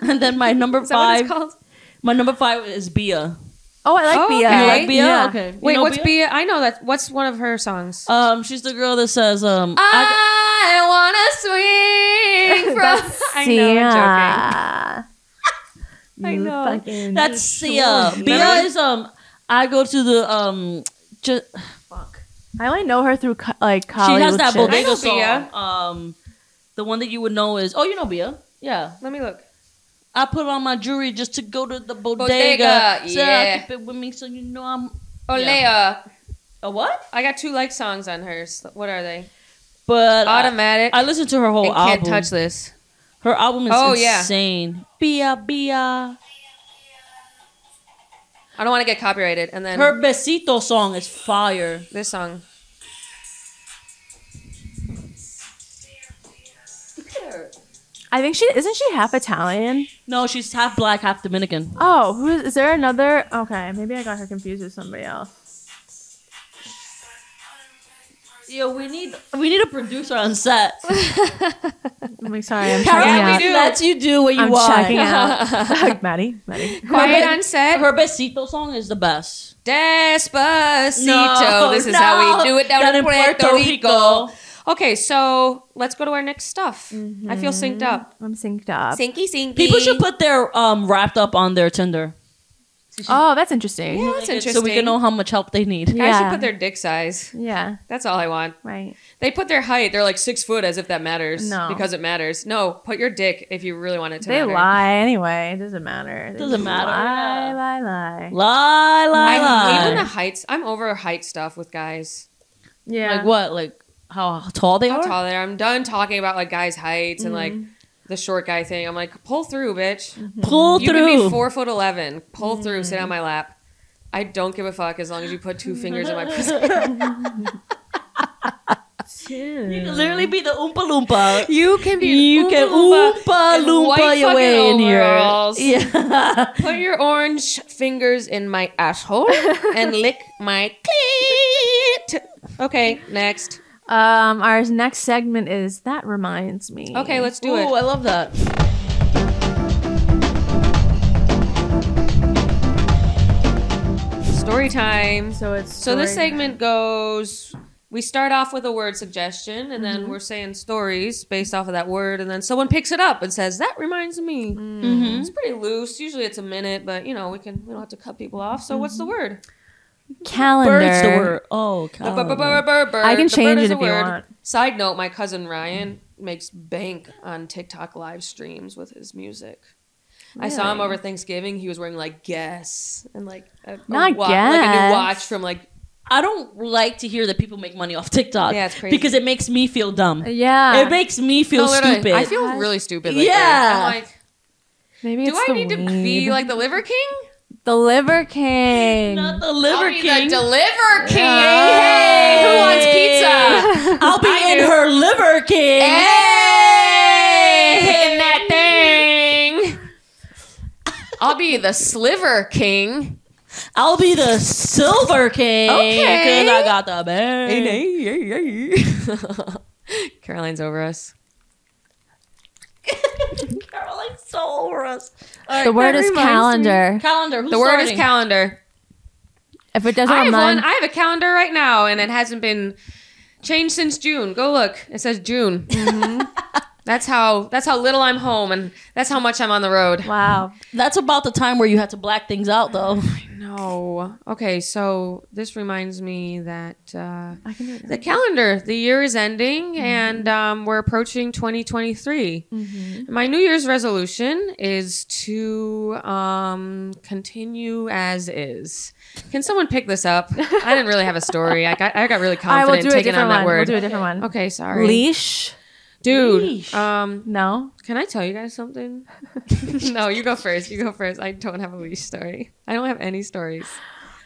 Speaker 3: and then my number
Speaker 1: Is that what
Speaker 3: five
Speaker 1: it's called?
Speaker 3: my number five is Bia.
Speaker 4: Oh, I like
Speaker 1: Oh,
Speaker 4: Bia.
Speaker 1: okay.
Speaker 3: You like Bia?
Speaker 4: Yeah.
Speaker 3: Okay. You
Speaker 1: Wait,
Speaker 3: know
Speaker 1: what's
Speaker 3: Bia?
Speaker 1: Bia? I know that. What's one of her songs?
Speaker 3: Um, she's the girl that says, um,
Speaker 1: Ah!
Speaker 3: I,
Speaker 1: I wanna swing from.
Speaker 4: That's
Speaker 1: I know, I'm joking.
Speaker 4: Sia.
Speaker 1: I
Speaker 4: You
Speaker 1: know.
Speaker 4: fucking-
Speaker 3: that's Sia. Bia
Speaker 1: Remember?
Speaker 3: is, um, I go to the, um, just, fuck.
Speaker 4: I only know her through co- like college.
Speaker 3: she has that
Speaker 1: I
Speaker 3: bodega
Speaker 1: know
Speaker 3: song.
Speaker 1: Bia.
Speaker 3: Um, the one that you would know is, oh, you know Bia. Yeah.
Speaker 1: Let me look.
Speaker 3: I put on my jewelry just to go to the bodega.
Speaker 1: Bodega,
Speaker 3: So I
Speaker 1: yeah.
Speaker 3: keep it with me so you know I'm
Speaker 1: Oh,
Speaker 3: Yeah.
Speaker 1: Leia.
Speaker 3: a what?
Speaker 1: I got two like songs on hers. What are they?
Speaker 3: But I,
Speaker 1: Automatic.
Speaker 3: I listened to her whole
Speaker 1: and
Speaker 3: album.
Speaker 1: can't touch this.
Speaker 3: Her album is
Speaker 1: Oh, yeah.
Speaker 3: insane. Bia, Bia.
Speaker 1: I don't want to get copyrighted. And then
Speaker 3: Her Besito song is fire.
Speaker 1: this song.
Speaker 4: I think she isn't she half Italian.
Speaker 3: No, she's half black, half Dominican.
Speaker 4: Oh, who is, is there another? Okay, maybe I got her confused with somebody else.
Speaker 3: Yo, we need we need a producer on set.
Speaker 4: I'm like, sorry, I'm
Speaker 3: Carol,
Speaker 4: checking
Speaker 1: Yeah. we
Speaker 4: out.
Speaker 1: do.
Speaker 3: that's you do what you
Speaker 4: I'm
Speaker 3: want.
Speaker 4: checking out. like Maddie, Maddie.
Speaker 1: Quiet
Speaker 3: Her-
Speaker 1: on set.
Speaker 3: Her besito song is the best.
Speaker 1: Despacito. this is how we do it down, in Puerto, Rico. Okay, so let's go to our next stuff. I feel synced up.
Speaker 4: I'm synced up.
Speaker 1: Sinky, sinky.
Speaker 3: People should put their um wrapped up on their Tinder.
Speaker 4: Oh, that's interesting.
Speaker 1: Yeah, that's interesting.
Speaker 3: So we can know how much help they need.
Speaker 1: Guys should
Speaker 4: Yeah.
Speaker 1: put their dick size.
Speaker 4: Yeah,
Speaker 1: That's all I want.
Speaker 4: right.
Speaker 1: They put their height. They're like six foot, as if that matters.
Speaker 4: No.
Speaker 1: because it matters. No, put your dick if you really want it to.
Speaker 4: They
Speaker 1: matter.
Speaker 4: lie anyway. It doesn't matter. They
Speaker 3: Doesn't
Speaker 4: just
Speaker 3: matter,
Speaker 4: Lie,
Speaker 3: yeah.
Speaker 4: lie, lie.
Speaker 3: Lie,
Speaker 1: I
Speaker 3: lie,
Speaker 1: hate when the
Speaker 3: lie.
Speaker 1: heights. I'm over height stuff with guys.
Speaker 4: Yeah.
Speaker 3: Like what? Like how tall they
Speaker 1: How
Speaker 3: are?
Speaker 1: tall they are. I'm done talking about like guys' heights and like
Speaker 4: Mm-hmm.
Speaker 1: the short guy thing. I'm like, pull through, bitch.
Speaker 3: Pull
Speaker 1: you
Speaker 3: through.
Speaker 1: can be four foot eleven. Pull through. Sit on
Speaker 4: Mm-hmm.
Speaker 1: my lap. I don't give a fuck as long as you put two fingers in my pussy.
Speaker 3: you
Speaker 4: Hmm.
Speaker 3: can literally be the oompa loompa.
Speaker 1: You can
Speaker 3: You can oompa
Speaker 1: and white
Speaker 3: loompa your
Speaker 1: fucking
Speaker 3: way in here.
Speaker 1: overalls.
Speaker 3: Yeah.
Speaker 1: Put your orange fingers in my asshole and lick my clit. Okay, next.
Speaker 4: Um, our next segment is that reminds me.
Speaker 1: Okay, let's do
Speaker 3: Ooh,
Speaker 1: it.
Speaker 3: I love that.
Speaker 1: Story time.
Speaker 4: So it's
Speaker 1: So this
Speaker 4: story-
Speaker 1: segment goes. We start off with a word suggestion, and
Speaker 4: Mm-hmm.
Speaker 1: then we're saying stories based off of that word, and then someone picks it up and says, "That reminds me."
Speaker 4: Mm-hmm.
Speaker 1: Mm-hmm.
Speaker 4: Mm-hmm.
Speaker 1: It's pretty loose. Usually, it's a minute, but you know, we can we don't have to cut people off. So, what's the word?
Speaker 5: calendar.
Speaker 3: Bird's the word. Oh, calendar.
Speaker 1: I
Speaker 4: can change it if you want.
Speaker 1: Side note: My cousin Ryan makes bank on TikTok live streams with his music. I saw him over Thanksgiving. He was wearing like Guess and like a, a
Speaker 5: Not
Speaker 1: wa- like a new
Speaker 5: Guess.
Speaker 1: watch from like
Speaker 3: I don't like to hear that people make money off TikTok.
Speaker 1: Yeah, it's crazy. Uh,
Speaker 3: Because it makes me feel dumb.
Speaker 5: Yeah.
Speaker 3: It makes me feel
Speaker 1: No, literally,
Speaker 3: stupid.
Speaker 1: I feel really stupid. Lately.
Speaker 3: Yeah.
Speaker 1: I'm like,
Speaker 5: Maybe
Speaker 1: do
Speaker 5: it's the
Speaker 1: I need to be
Speaker 5: weed.
Speaker 1: like the Liver King?
Speaker 5: the Liver King?
Speaker 3: Not the
Speaker 1: I'll
Speaker 3: liver
Speaker 1: be
Speaker 3: king.
Speaker 1: The Deliver King. Hey, who wants pizza?
Speaker 3: I'll be in her liver king.
Speaker 1: Eh? Hey, hitting that thing. I'll be the Sliver King.
Speaker 3: I'll be the silver king.
Speaker 1: Okay.
Speaker 3: Cause I got the bag.
Speaker 1: Caroline's over us.
Speaker 3: Caroline's so over us.
Speaker 5: the word is calendar.
Speaker 3: Calendar. Who's
Speaker 1: The word is
Speaker 3: starting?
Speaker 1: calendar.
Speaker 5: If it doesn't
Speaker 1: I have
Speaker 5: remind,
Speaker 1: one. I have a calendar right now, and it hasn't been changed since June. Go look. It says June. that's how. That's how little I'm home, and that's how much I'm on the road.
Speaker 5: wow.
Speaker 3: That's about the time where you had to black things out, though.
Speaker 1: No. Okay, so this reminds me that uh,
Speaker 4: I can do it.
Speaker 1: the calendar, the year is ending
Speaker 4: Mm-hmm.
Speaker 1: and um, we're approaching 2023.
Speaker 4: Mm-hmm.
Speaker 1: My New Year's resolution is to um, continue as is. Can someone pick this up? I didn't really have a story. I got, I got really
Speaker 4: I will
Speaker 1: confident
Speaker 4: do a
Speaker 1: taking
Speaker 4: different
Speaker 1: on
Speaker 4: one.
Speaker 1: that word.
Speaker 4: We'll do a different one.
Speaker 1: Okay, sorry.
Speaker 5: Leash.
Speaker 1: Dude,
Speaker 3: Leash.
Speaker 1: um,
Speaker 4: No.
Speaker 1: can I tell you guys something? no, you go first. You go first. I don't have a leash story. I don't have any stories.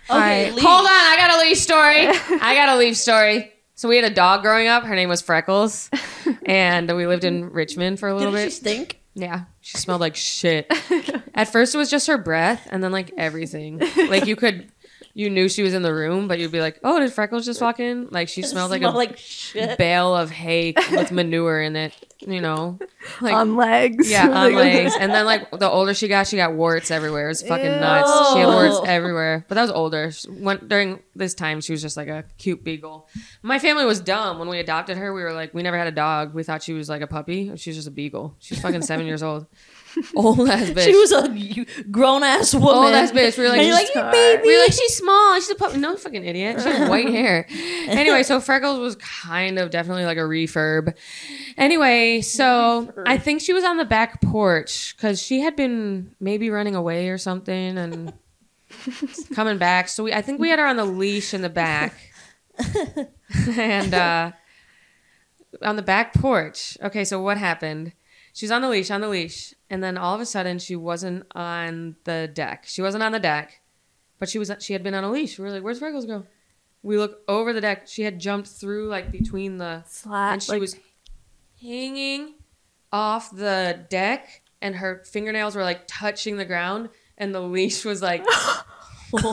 Speaker 3: Okay,
Speaker 1: Alright.
Speaker 3: leave.
Speaker 1: Hold on, I got a leash story. I got a leash story. So we had a dog growing up. Her name was Freckles, and we lived in Richmond for a little
Speaker 3: Didn't she
Speaker 1: bit.
Speaker 3: stink?
Speaker 1: yeah, she smelled like shit. At first, it was just her breath, and then like everything. Like you could, you knew she was in the room, but you'd be like, "Oh, did Freckles just walk in?" Like she smelled like a
Speaker 3: like shit.
Speaker 1: bale of hay with manure in it. You know,
Speaker 3: Um,
Speaker 1: like
Speaker 4: on legs.
Speaker 1: yeah, on
Speaker 4: Like-
Speaker 1: legs. And then like the older she got, she got warts everywhere. It was fucking nuts. She had warts everywhere. But that was older. She- When, during this time, she was just like a cute beagle. My family was dumb when we adopted her. We were like, we never had a dog. We thought she was like a puppy. She's just a beagle. She's fucking seven years old. Old ass bitch.
Speaker 3: She was a grown ass woman.
Speaker 1: Old ass bitch. We were like,
Speaker 3: And you're like,
Speaker 1: "She's
Speaker 3: "You
Speaker 1: smart."
Speaker 3: baby.
Speaker 1: We were like, she's small. She's a puppy. No fucking idiot. She has white hair. Anyway, so Freckles was kind of definitely like a refurb. Anyway, so I think she was on the back porch because she had been maybe running away or something and coming back. So we, I think we had her on the leash in the back. and uh, on the back porch. Okay, so what happened? She was on the leash, on the leash, and then all of a sudden she wasn't on the deck. She wasn't on the deck, but she was she had been on a leash. We were like, "Where's Freckles go?" We look over the deck. She had jumped through like between the
Speaker 5: Slap.
Speaker 4: Uh,
Speaker 1: and she was hanging off the deck, and her fingernails were like touching the ground, and the leash was like,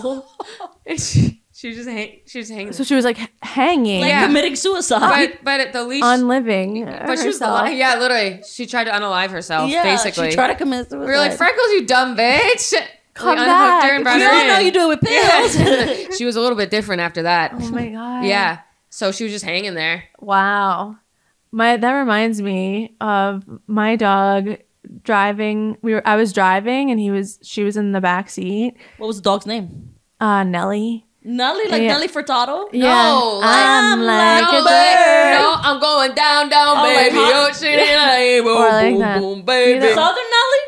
Speaker 1: and she she was just hang, she was hanging.
Speaker 4: So she was like h- hanging,
Speaker 1: Yeah.
Speaker 3: committing suicide.
Speaker 1: but but the leash
Speaker 4: unliving.
Speaker 1: But she was
Speaker 4: herself.
Speaker 1: alive. Yeah, literally. She tried to unalive herself,
Speaker 3: yeah,
Speaker 1: basically.
Speaker 3: she tried to commit suicide.
Speaker 1: we were like, Freckles, you dumb bitch.
Speaker 4: Come
Speaker 1: we unhooked
Speaker 4: back.
Speaker 1: her and brought
Speaker 3: we
Speaker 1: her
Speaker 3: all
Speaker 1: in.
Speaker 3: know you do it with pills.
Speaker 1: Yeah. she was a little bit different after that.
Speaker 4: Oh my god.
Speaker 1: yeah. So she was just hanging there.
Speaker 4: Wow. My that reminds me of my dog driving. We were I was driving and he was she was in the back seat.
Speaker 3: what was the dog's name?
Speaker 4: Uh Nellie.
Speaker 3: Nelly, like
Speaker 4: Yeah.
Speaker 3: Nelly Furtado.
Speaker 4: Yeah.
Speaker 1: No,
Speaker 4: I'm like,
Speaker 1: no, babe.
Speaker 4: a bird.
Speaker 1: No, I'm going down, down,
Speaker 3: Oh, like
Speaker 1: baby.
Speaker 3: hot-
Speaker 1: Ocean and I ain't boom,
Speaker 4: Or Oh, like
Speaker 1: boom,
Speaker 4: that.
Speaker 1: boom, baby.
Speaker 4: You know-
Speaker 3: Southern Nelly.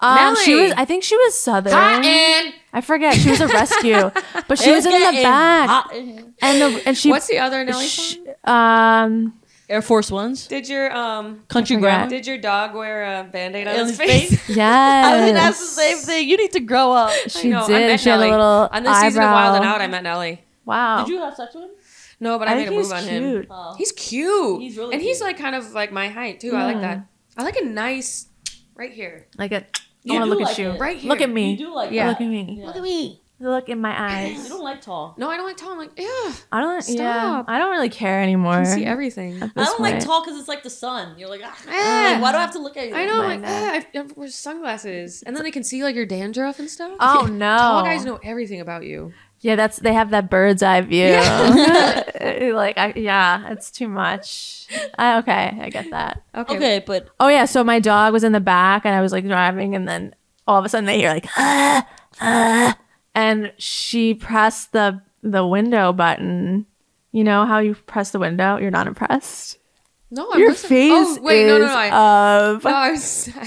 Speaker 4: Um, she
Speaker 1: Nellie.
Speaker 4: was I think she was southern.
Speaker 1: Hot and
Speaker 4: I forget. She was a rescue. but she was in the back. And the and she
Speaker 1: what's the other Nelly
Speaker 4: sh-
Speaker 1: song?
Speaker 4: um
Speaker 3: Air Force Ones.
Speaker 1: Did your um
Speaker 3: Country
Speaker 4: I forgot.
Speaker 3: Grammar.
Speaker 1: did your dog wear a band-aid on
Speaker 3: On
Speaker 1: his
Speaker 3: his
Speaker 1: face?
Speaker 3: face? I mean, that's the
Speaker 4: yes.
Speaker 3: same thing. You need to grow up.
Speaker 4: She
Speaker 1: No, I
Speaker 4: did.
Speaker 1: met
Speaker 4: She had a
Speaker 1: Nellie.
Speaker 4: little
Speaker 1: on this season of Wild and
Speaker 4: eyebrow.
Speaker 1: Out, I met Nelly.
Speaker 4: Wow.
Speaker 3: Did you have sex with him?
Speaker 1: No, but I,
Speaker 4: I,
Speaker 1: made a
Speaker 4: think he's
Speaker 1: move on him.
Speaker 4: cute.
Speaker 3: Oh.
Speaker 1: He's cute.
Speaker 3: He's really
Speaker 1: and he's
Speaker 3: cute.
Speaker 1: like kind of like my height too. I like
Speaker 4: Yeah.
Speaker 1: that. I like a nice right here.
Speaker 4: Like a
Speaker 3: You
Speaker 4: I want
Speaker 3: do
Speaker 4: to look
Speaker 3: like
Speaker 4: at you.
Speaker 3: it.
Speaker 1: Right here.
Speaker 4: Look at me.
Speaker 3: You do like
Speaker 1: Yeah.
Speaker 4: Look at me.
Speaker 3: Yeah.
Speaker 5: Look at me.
Speaker 4: Look in my
Speaker 3: You
Speaker 4: eyes.
Speaker 3: don't like tall.
Speaker 1: No, I don't like tall. I'm like, yeah.
Speaker 4: I don't. Yeah,
Speaker 1: Stop.
Speaker 4: I don't really care anymore.
Speaker 1: I see everything.
Speaker 4: at
Speaker 3: I
Speaker 4: this
Speaker 3: don't like
Speaker 4: point.
Speaker 3: tall because it's like the sun. You're like, ah,
Speaker 1: Eh.
Speaker 3: like, why do I have to look at you?
Speaker 1: I know. I'm like,
Speaker 4: Mine
Speaker 1: ah, I've- I've- wear sunglasses, and then they can see like your dandruff and stuff.
Speaker 4: Oh no!
Speaker 1: Tall guys know everything about you.
Speaker 4: Yeah, that's they have that bird's eye view.
Speaker 1: Yeah.
Speaker 4: like, I, yeah, it's too much. I, okay, I get that.
Speaker 1: Okay.
Speaker 3: Okay, but
Speaker 4: Oh yeah, so my dog was in the back, and I was like driving, and then all of a sudden they hear like, ah, ah, and she pressed the the window button. You know how you press the window? You're not impressed.
Speaker 1: No, I'm
Speaker 4: Your
Speaker 1: listening.
Speaker 4: face
Speaker 1: Oh, wait,
Speaker 4: is
Speaker 1: no, no, no. I,
Speaker 4: of.
Speaker 1: no, I was I'm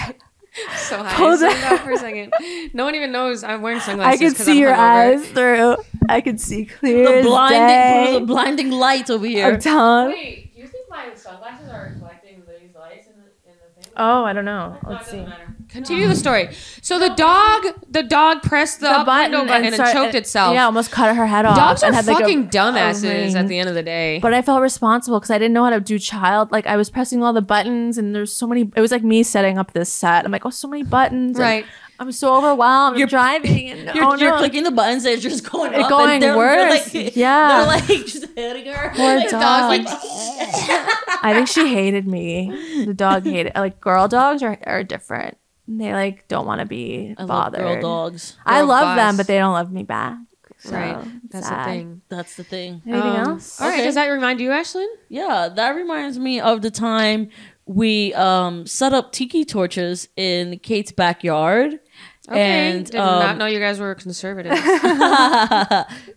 Speaker 1: so high. I
Speaker 4: Pull
Speaker 1: zoned
Speaker 4: that-
Speaker 1: out for a second. No one even knows I'm wearing
Speaker 4: I
Speaker 1: sunglasses.
Speaker 4: could
Speaker 1: 'cause
Speaker 4: see
Speaker 1: I'm
Speaker 4: your
Speaker 1: hungover.
Speaker 4: eyes through. I could see clear
Speaker 3: The
Speaker 4: as
Speaker 3: blinding, the
Speaker 4: day.
Speaker 3: blinding light over
Speaker 4: I'm
Speaker 3: here.
Speaker 4: telling.
Speaker 1: Wait, do you think my sunglasses are reflecting these lights in the, in the thing?
Speaker 2: Oh, I don't know. Let's see.
Speaker 1: Continue the story. So the dog, the dog pressed the, up window button and,
Speaker 4: start- uh,
Speaker 1: it choked itself.
Speaker 4: Yeah, almost cut her head off.
Speaker 1: Dogs are
Speaker 4: and had, like, a-
Speaker 1: fucking
Speaker 4: ring.
Speaker 1: dumbasses at the end of the day.
Speaker 4: But I felt responsible because I didn't know how to do child. Like I was pressing all the buttons, and there's so many. It was like me setting up this set. I'm like, oh, so many buttons. and
Speaker 1: right.
Speaker 4: I'm so overwhelmed. You're driving. And,
Speaker 3: You're,
Speaker 4: oh
Speaker 3: you're
Speaker 4: no.
Speaker 3: clicking the buttons; they're just going
Speaker 4: It's
Speaker 3: up.
Speaker 4: going
Speaker 3: and they're,
Speaker 4: worse.
Speaker 3: They're like,
Speaker 4: Yeah.
Speaker 3: they're like just hitting her.
Speaker 4: Poor
Speaker 3: Like,
Speaker 4: dog.
Speaker 3: like,
Speaker 4: I think she hated me. The dog hated. Like girl dogs are are different. They like don't want to be
Speaker 3: I love
Speaker 4: bothered.
Speaker 3: girl dogs.
Speaker 4: I
Speaker 1: Girl
Speaker 4: love
Speaker 1: boss.
Speaker 4: them, but they don't love me back. So,
Speaker 1: right. That's
Speaker 4: sad.
Speaker 1: the thing.
Speaker 3: That's the thing.
Speaker 4: Anything
Speaker 1: Um,
Speaker 4: else?
Speaker 1: All right.
Speaker 3: Okay.
Speaker 1: Does that remind you, Ashlyn?
Speaker 3: Yeah, that reminds me of the time we um, set up tiki torches in Kate's backyard.
Speaker 1: Okay.
Speaker 3: And
Speaker 1: Did
Speaker 3: um,
Speaker 1: not know you guys were conservative.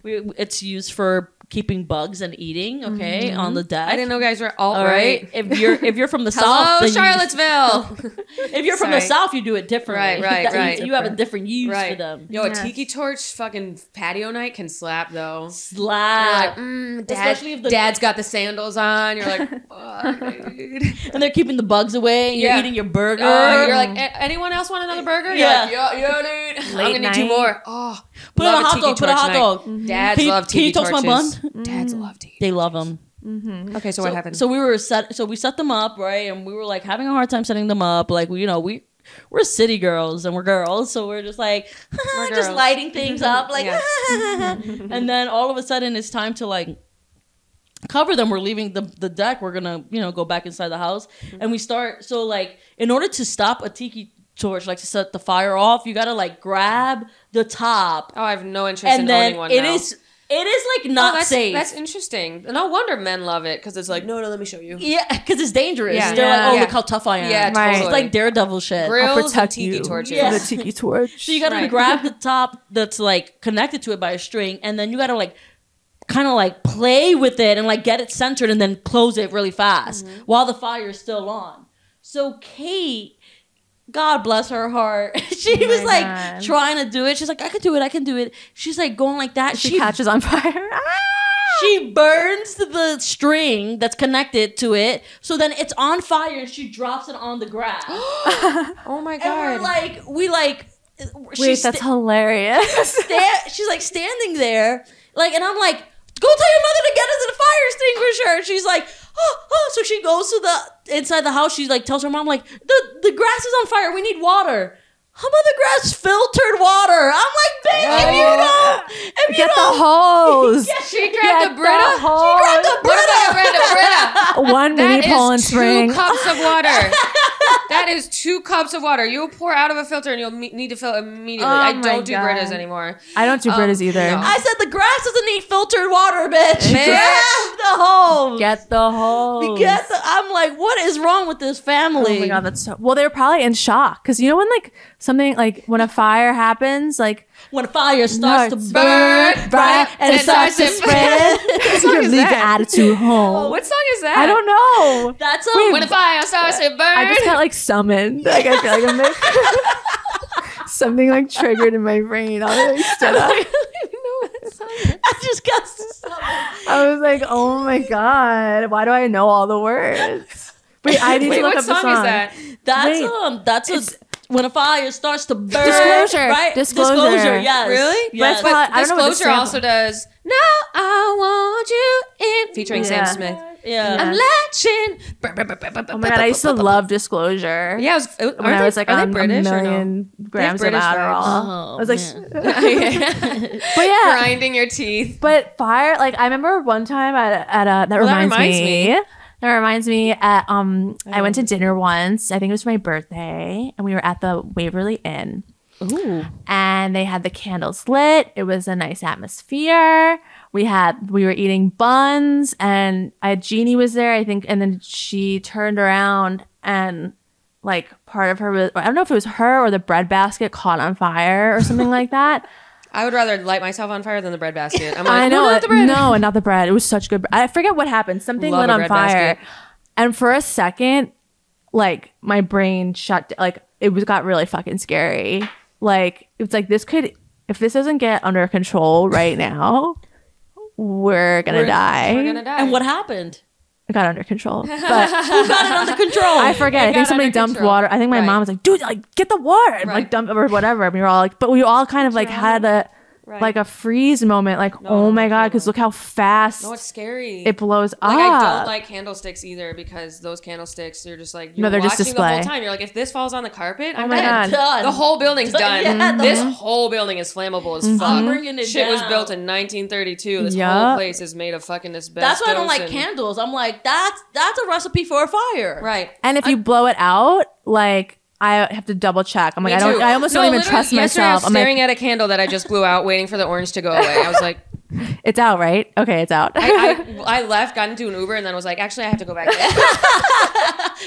Speaker 3: we, it's used for keeping bugs and eating. Okay, on the deck.
Speaker 1: Mm-hmm. I didn't know you guys were alt
Speaker 3: All right. If you're if you're from the south,
Speaker 1: Hello,
Speaker 3: then you-
Speaker 1: Charlottesville.
Speaker 3: if you're from the
Speaker 1: Sorry.
Speaker 3: south, you do it differently.
Speaker 1: Right, right,
Speaker 3: That-
Speaker 1: right.
Speaker 3: You, have a different use for them.
Speaker 1: Yo,
Speaker 2: Yes.
Speaker 1: a tiki torch fucking patio night can slap though. You're like,
Speaker 3: Slap.
Speaker 1: mm,
Speaker 3: Especially if the-
Speaker 1: dad's got the sandals on. You're like, fuck, dude.
Speaker 3: and they're keeping the bugs away. And you're
Speaker 1: Yeah.
Speaker 3: eating your burger.
Speaker 1: Uh, you're like, "A- anyone else want another burger?
Speaker 3: Yeah.
Speaker 1: You're like, yo, yo, dude. I'm
Speaker 4: Late
Speaker 1: gonna need two
Speaker 4: night.
Speaker 1: more. Oh,
Speaker 3: put
Speaker 1: love
Speaker 3: on a hot
Speaker 1: tiki Mm-hmm.
Speaker 3: dog. Put a
Speaker 1: torch
Speaker 3: hot
Speaker 1: night.
Speaker 3: dog.
Speaker 1: Dads
Speaker 3: Can you-
Speaker 1: love
Speaker 3: can you
Speaker 1: tiki
Speaker 3: touch my
Speaker 1: torches. Dads love tiki.
Speaker 3: They love them.
Speaker 1: Mm-hmm. Okay, so, what happened?
Speaker 3: So we were set. So we set them up, right? And we were like having a hard time setting them up. Like we, you know, we we're city girls and we're girls, so we're just like just
Speaker 1: girls.
Speaker 3: lighting things up, like.
Speaker 1: Yeah.
Speaker 3: and then all of a sudden, it's time to like cover them. We're leaving the the deck. We're gonna you know go back inside the house,
Speaker 1: Mm-hmm.
Speaker 3: and we start. So like in order to stop a tiki torch, like to set the fire off, you gotta like grab the top,
Speaker 1: oh, I have no interest in
Speaker 3: and then
Speaker 1: owning one.
Speaker 3: it
Speaker 1: now.
Speaker 3: is it is like
Speaker 1: Oh,
Speaker 3: not
Speaker 1: that's,
Speaker 3: safe.
Speaker 1: That's interesting. No wonder men love it because it's like, no, no, let me show you.
Speaker 3: Yeah, because it's dangerous.
Speaker 1: Yeah.
Speaker 3: They're
Speaker 4: Yeah.
Speaker 3: like, oh,
Speaker 1: Yeah.
Speaker 3: look how tough I am.
Speaker 1: Yeah,
Speaker 4: Right.
Speaker 1: totally.
Speaker 4: It's
Speaker 3: It's like daredevil shit.
Speaker 4: I'll
Speaker 1: grills and
Speaker 4: protect
Speaker 1: tiki
Speaker 4: you
Speaker 1: torches.
Speaker 3: Yeah.
Speaker 4: from the tiki torch.
Speaker 3: So you gotta
Speaker 1: Right.
Speaker 3: grab the top that's like connected to it by a string, and then you gotta like kind of like play with it and like get it centered and then close it really fast
Speaker 1: Mm-hmm.
Speaker 3: while the fire is still on. So Kate, God bless her heart, she was
Speaker 2: my
Speaker 3: like
Speaker 2: God.
Speaker 3: trying to do it. She's like, I can do it, I can do it. She's like going like that.
Speaker 4: she,
Speaker 3: She
Speaker 4: catches on fire. Ah!
Speaker 3: she burns the string that's connected to it. So then it's on fire and she drops it on the grass.
Speaker 1: oh my
Speaker 3: and
Speaker 1: god.
Speaker 3: we're like, we like,
Speaker 4: Wait,
Speaker 3: she's,
Speaker 4: that's
Speaker 3: sta-
Speaker 4: hilarious.
Speaker 3: sta- she's like standing there, like, and I'm like, go tell your mother to get us a fire extinguisher. And she's like, oh, oh. So she goes to the inside the house. She like tells her mom, like, the the grass is on fire. We need water. Her mother grabs filtered water. I'm like, bitch, if you don't, if you
Speaker 4: Get the
Speaker 3: don't,
Speaker 4: hose.
Speaker 1: she grabbed a
Speaker 4: the
Speaker 1: Brita.
Speaker 4: hose.
Speaker 1: She grabbed a Brita. What about the Brita?
Speaker 4: One mini
Speaker 1: That is
Speaker 4: pole and
Speaker 1: two
Speaker 4: string.
Speaker 1: cups of water. that is two cups of water. You'll pour out of a filter and you'll me- need to fill immediately.
Speaker 2: Oh
Speaker 1: I
Speaker 2: my
Speaker 1: don't do
Speaker 2: God.
Speaker 1: Britas anymore.
Speaker 4: I don't do
Speaker 3: Oh,
Speaker 1: Um,
Speaker 4: Britas either.
Speaker 1: no.
Speaker 3: I said the grass doesn't need filtered water, bitch.
Speaker 1: Bitch.
Speaker 3: Grab the hose.
Speaker 4: Get the hose.
Speaker 3: Get the- I'm like, what is wrong with this family?
Speaker 4: Oh my god, that's so. Well, they're probably in shock because you know when like something like when a fire happens, like
Speaker 3: when a fire starts to
Speaker 4: Starts
Speaker 3: burn,
Speaker 1: burn,
Speaker 3: bright,
Speaker 1: bright,
Speaker 3: and it starts to
Speaker 4: spread, you leave your
Speaker 3: Oh,
Speaker 4: attitude home.
Speaker 1: What song is that?
Speaker 4: I don't know.
Speaker 3: That's a
Speaker 1: When the fire starts to burn.
Speaker 4: I just got like summoned. Like I feel like I'm like- something like triggered in my brain. I like stood up.
Speaker 3: I just got so-
Speaker 4: I was like, oh my god, why do I know all the words? Wait, I need
Speaker 1: Wait,
Speaker 4: to look
Speaker 1: what
Speaker 4: up
Speaker 1: song,
Speaker 4: the song.
Speaker 1: is that?
Speaker 3: that's
Speaker 4: Wait.
Speaker 3: um that's a when a fire starts to burn.
Speaker 4: Disclosure.
Speaker 3: right?
Speaker 4: Disclosure.
Speaker 3: yes.
Speaker 1: Really?
Speaker 3: Yes.
Speaker 4: But- I don't know what the
Speaker 1: Disclosure
Speaker 4: sample-
Speaker 1: also does. Now I want you in featuring
Speaker 4: Yeah.
Speaker 1: Sam Smith.
Speaker 3: yeah.
Speaker 1: I'm latching.
Speaker 4: Oh my god, I used to love Disclosure.
Speaker 1: Yeah, it was, it,
Speaker 4: When I was like
Speaker 1: are
Speaker 4: on
Speaker 1: they British
Speaker 4: a
Speaker 1: or no?
Speaker 4: million grams of
Speaker 1: British
Speaker 4: Adderall.
Speaker 3: vibes.
Speaker 4: I was like,
Speaker 3: Oh,
Speaker 4: but yeah,
Speaker 1: Grinding your teeth.
Speaker 4: But fire, like I remember one time at at a that, reminds,
Speaker 1: reminds
Speaker 4: me. That reminds me. At um, I went to dinner once. I think it was for my birthday, and we were at the Waverly Inn,
Speaker 3: Ooh.
Speaker 4: and they had the candles lit. It was a nice atmosphere. We had we were eating buns, and a genie was there, I think, and then she turned around and like part of her was I don't know if it was her or the bread basket caught on fire or something like that.
Speaker 1: I would rather light myself on fire than the bread basket. I'm like,
Speaker 4: I
Speaker 1: "No,
Speaker 4: know.
Speaker 1: not
Speaker 4: it.
Speaker 1: the bread.
Speaker 4: No, and not the bread. It was such good. bre- I forget what happened. Something
Speaker 1: Love
Speaker 4: lit
Speaker 1: a
Speaker 4: on
Speaker 1: bread
Speaker 4: fire,
Speaker 1: basket.
Speaker 4: and for a second, like my brain shut. d- Like it was got really fucking scary. Like it's like this could, if this doesn't get under control right now, we're gonna
Speaker 3: We're-
Speaker 4: die.
Speaker 1: We're gonna die.
Speaker 3: And what happened?
Speaker 4: It got under control, but
Speaker 3: Who got it under control?
Speaker 4: I forget.
Speaker 1: It
Speaker 4: I
Speaker 1: got
Speaker 4: think somebody
Speaker 1: under
Speaker 4: dumped
Speaker 1: control.
Speaker 4: water. I think my
Speaker 1: Right.
Speaker 4: mom was like, "Dude, like get the water," and, like
Speaker 1: Right.
Speaker 4: dump or whatever. And we were all like, but we all kind of like had a
Speaker 1: Right.
Speaker 4: like a freeze moment. Like, oh my god, because look how fast
Speaker 1: No, it's scary.
Speaker 4: it blows
Speaker 1: like
Speaker 4: up.
Speaker 1: I don't like candlesticks either because those candlesticks you're just like you're
Speaker 4: No, they're just
Speaker 1: watching the whole
Speaker 4: display. Oh
Speaker 1: time. You're like, if this falls on the carpet, I'm
Speaker 4: my
Speaker 1: dead.
Speaker 4: God.
Speaker 3: Done.
Speaker 1: The whole building's done.
Speaker 3: Yeah, the-
Speaker 1: this whole building is flammable as fuck.
Speaker 3: bringing it
Speaker 1: Shit was
Speaker 3: down.
Speaker 1: built in 1932. This
Speaker 4: Mm-hmm. Yup.
Speaker 1: whole place is made of fucking this.
Speaker 3: That's why I don't like
Speaker 1: and-
Speaker 3: candles. I'm like, that's that's a recipe for a fire.
Speaker 1: Right.
Speaker 4: and if you blow it out, like I have to double check. I'm like,
Speaker 1: Me
Speaker 4: I don't.
Speaker 1: too.
Speaker 4: I almost
Speaker 1: No,
Speaker 4: don't even
Speaker 1: literally,
Speaker 4: trust
Speaker 1: yesterday
Speaker 4: myself.
Speaker 1: I was
Speaker 4: I'm
Speaker 1: staring
Speaker 4: like,
Speaker 1: at a candle that I just blew out, waiting for the orange to go away. I was like,
Speaker 4: it's out, right? Okay, it's out.
Speaker 1: I, I, I left, got into an Uber, and then was like, actually, I have to go back.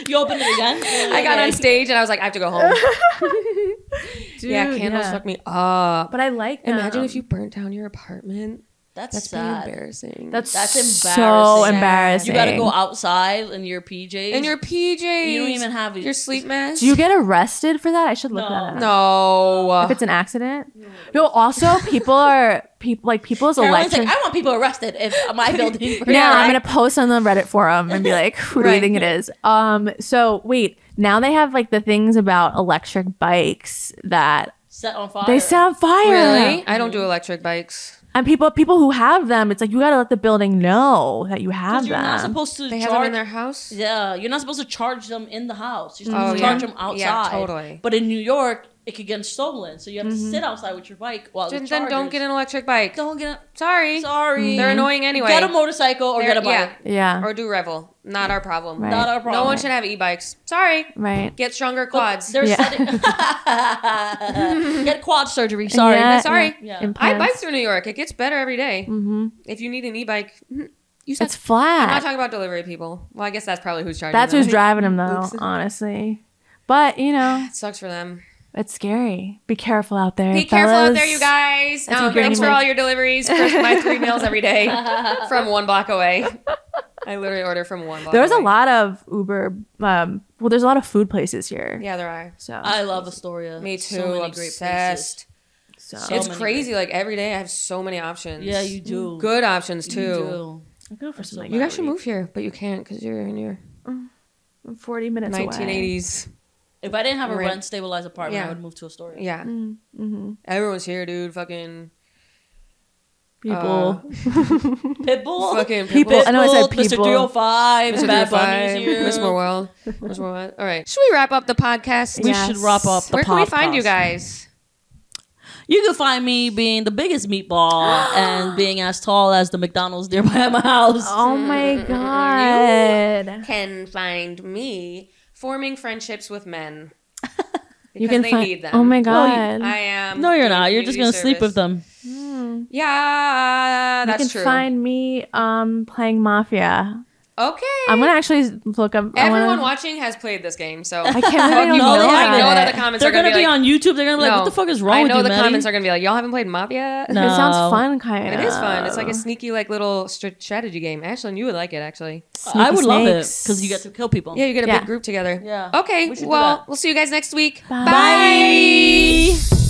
Speaker 3: You open it again.
Speaker 1: I got on stage, and I was like, I have to go home.
Speaker 6: Dude,
Speaker 1: yeah, candles fuck me up.
Speaker 6: But I like them.
Speaker 1: Imagine if you burnt down your apartment.
Speaker 3: Um, That's,
Speaker 1: That's
Speaker 3: sad.
Speaker 1: pretty embarrassing.
Speaker 4: that's
Speaker 3: That's
Speaker 4: so
Speaker 3: embarrassing.
Speaker 4: embarrassing.
Speaker 3: You got to go outside in your PJs.
Speaker 1: and your PJs.
Speaker 3: You don't even have a-
Speaker 1: your sleep mask.
Speaker 4: Do you get arrested for that? I should look
Speaker 3: No.
Speaker 4: that up.
Speaker 1: no.
Speaker 3: Uh.
Speaker 4: If it's an accident, no. Also, people are people like people's
Speaker 3: Caroline's
Speaker 4: electric.
Speaker 3: like, I want people arrested if my building. burns
Speaker 4: yeah,
Speaker 3: down."
Speaker 4: I'm gonna post on the Reddit forum and be like, who do you
Speaker 1: Right.
Speaker 4: think it is? Um, so wait, now they have like the things about electric bikes that
Speaker 3: set on fire.
Speaker 4: they set on fire.
Speaker 1: really? I don't do electric bikes.
Speaker 4: And people people who have them, it's like you gotta let the building know that you have
Speaker 3: You're not
Speaker 4: them.
Speaker 3: supposed to
Speaker 1: They have them
Speaker 3: charge.
Speaker 1: in their house.
Speaker 3: yeah, you're not supposed to charge them in the house. You're supposed
Speaker 1: Oh,
Speaker 3: to
Speaker 1: yeah.
Speaker 3: charge them outside.
Speaker 1: Yeah, totally.
Speaker 3: But in New York, it could get stolen, so you have
Speaker 4: Mm-hmm.
Speaker 3: to sit outside with your bike while
Speaker 1: Then,
Speaker 3: it
Speaker 1: then don't get
Speaker 3: charges.
Speaker 1: an electric bike.
Speaker 3: Don't get.
Speaker 1: Sorry.
Speaker 3: A,
Speaker 4: Mm-hmm.
Speaker 3: sorry.
Speaker 1: They're annoying anyway.
Speaker 3: Get a motorcycle or
Speaker 1: They're-
Speaker 3: get a bike.
Speaker 1: yeah.
Speaker 4: yeah.
Speaker 1: Or do Revel. Not our problem.
Speaker 4: Right.
Speaker 3: Not our
Speaker 1: No
Speaker 3: problem.
Speaker 1: one should have e-bikes. Sorry.
Speaker 4: right.
Speaker 1: Get stronger
Speaker 3: But
Speaker 1: quads.
Speaker 3: They're
Speaker 4: Yeah.
Speaker 3: setting- get quad surgery. Sorry.
Speaker 4: Yeah,
Speaker 1: sorry.
Speaker 3: Yeah.
Speaker 1: I bike
Speaker 4: Implants.
Speaker 1: through New York. It gets better every day.
Speaker 4: Mhm.
Speaker 1: If you need an e-bike, you said.
Speaker 4: It's
Speaker 1: I'm not
Speaker 4: flat.
Speaker 1: talking about delivery people. Well, I guess that's probably who's charging.
Speaker 4: That's
Speaker 1: them.
Speaker 4: who's driving them though,
Speaker 1: Oops.
Speaker 4: honestly. But you know,
Speaker 1: It sucks for them.
Speaker 4: it's scary. Be careful out there.
Speaker 1: Be careful out there,
Speaker 4: fellas.
Speaker 1: you guys.
Speaker 4: That's
Speaker 1: Um,
Speaker 4: what Brittany
Speaker 1: thanks for
Speaker 4: said.
Speaker 1: all your deliveries. For my three meals every day from one block away. I literally order from one block.
Speaker 4: There was a
Speaker 1: away.
Speaker 4: lot of Uber. Um, well, there's a lot of food places here.
Speaker 1: Yeah, Uh, there are.
Speaker 4: So,
Speaker 3: I love Astoria.
Speaker 1: Me too.
Speaker 3: So many
Speaker 1: obsessed.
Speaker 4: so.
Speaker 3: So
Speaker 1: it's
Speaker 3: many
Speaker 1: crazy. Like every day, I have so many options.
Speaker 3: Great places. Yeah, you do.
Speaker 1: Mm-hmm. Good options too.
Speaker 3: You
Speaker 1: You,
Speaker 3: do.
Speaker 4: I go for some
Speaker 3: so
Speaker 4: like
Speaker 3: mad.
Speaker 1: guys should move here, but you can't because you're in your
Speaker 4: 40 minutes away.
Speaker 1: 1980s.
Speaker 3: If I didn't have a
Speaker 1: Rent.
Speaker 3: rent stabilized apartment, I
Speaker 1: Yeah.
Speaker 3: would move to Astoria.
Speaker 1: Yeah, Uh,
Speaker 4: Mm-hmm.
Speaker 1: everyone's here, dude. Fucking uh,
Speaker 4: People.
Speaker 3: Pitbull.
Speaker 1: fucking
Speaker 4: People-
Speaker 1: people.
Speaker 4: I know I said
Speaker 3: Pitbull, Mr.
Speaker 4: people.
Speaker 3: 305, Bad Bunny's
Speaker 4: oh
Speaker 3: here.
Speaker 1: Miss More World. Miss More World. All right. Should we wrap up the podcast?
Speaker 3: We
Speaker 4: Yeah.
Speaker 3: should wrap up the
Speaker 1: Where can we find you
Speaker 3: podcast.
Speaker 1: guys?
Speaker 3: You can find me being the biggest meatball and being as tall as the McDonald's nearby at my house.
Speaker 4: Oh my God.
Speaker 1: Can find me forming friendships with men. Because
Speaker 4: You can
Speaker 1: they
Speaker 4: find.
Speaker 1: need them.
Speaker 4: Oh my God.
Speaker 1: I am.
Speaker 3: No, you're
Speaker 1: doing
Speaker 3: not. You're just
Speaker 1: community
Speaker 3: gonna sleep with
Speaker 1: service.
Speaker 3: them.
Speaker 1: Yeah,
Speaker 4: you
Speaker 1: that's
Speaker 4: can
Speaker 1: true.
Speaker 4: find me um, playing Mafia.
Speaker 1: okay.
Speaker 4: I'm going to actually look up. I wanna-
Speaker 1: Everyone watching has played this game, so
Speaker 4: I can't believe I
Speaker 1: No,
Speaker 4: don't
Speaker 1: they
Speaker 4: know
Speaker 1: haven't.
Speaker 4: about
Speaker 1: I know
Speaker 4: it.
Speaker 1: that the comments
Speaker 3: They're
Speaker 1: are gonna,
Speaker 3: gonna be,
Speaker 1: be like,
Speaker 3: on YouTube. They're gonna be like, "What the fuck is wrong
Speaker 1: I
Speaker 3: with
Speaker 1: know
Speaker 3: you,
Speaker 1: the
Speaker 3: Maddie?"
Speaker 1: comments are gonna be like, y'all haven't played Mob yet.
Speaker 3: No.
Speaker 4: It
Speaker 3: No.
Speaker 4: sounds fun, kind
Speaker 1: It
Speaker 4: of.
Speaker 1: is fun. It's like a sneaky, like little str- strategy game. Ashlyn, you would like it actually.
Speaker 3: I would love it
Speaker 4: Snakes.
Speaker 3: because you get to kill people.
Speaker 1: Yeah, you get a
Speaker 4: Yeah.
Speaker 1: big group together.
Speaker 3: Yeah.
Speaker 1: Okay.
Speaker 3: We should do
Speaker 1: well,
Speaker 3: that.
Speaker 1: we'll see you guys next week.
Speaker 4: Bye.
Speaker 1: Bye.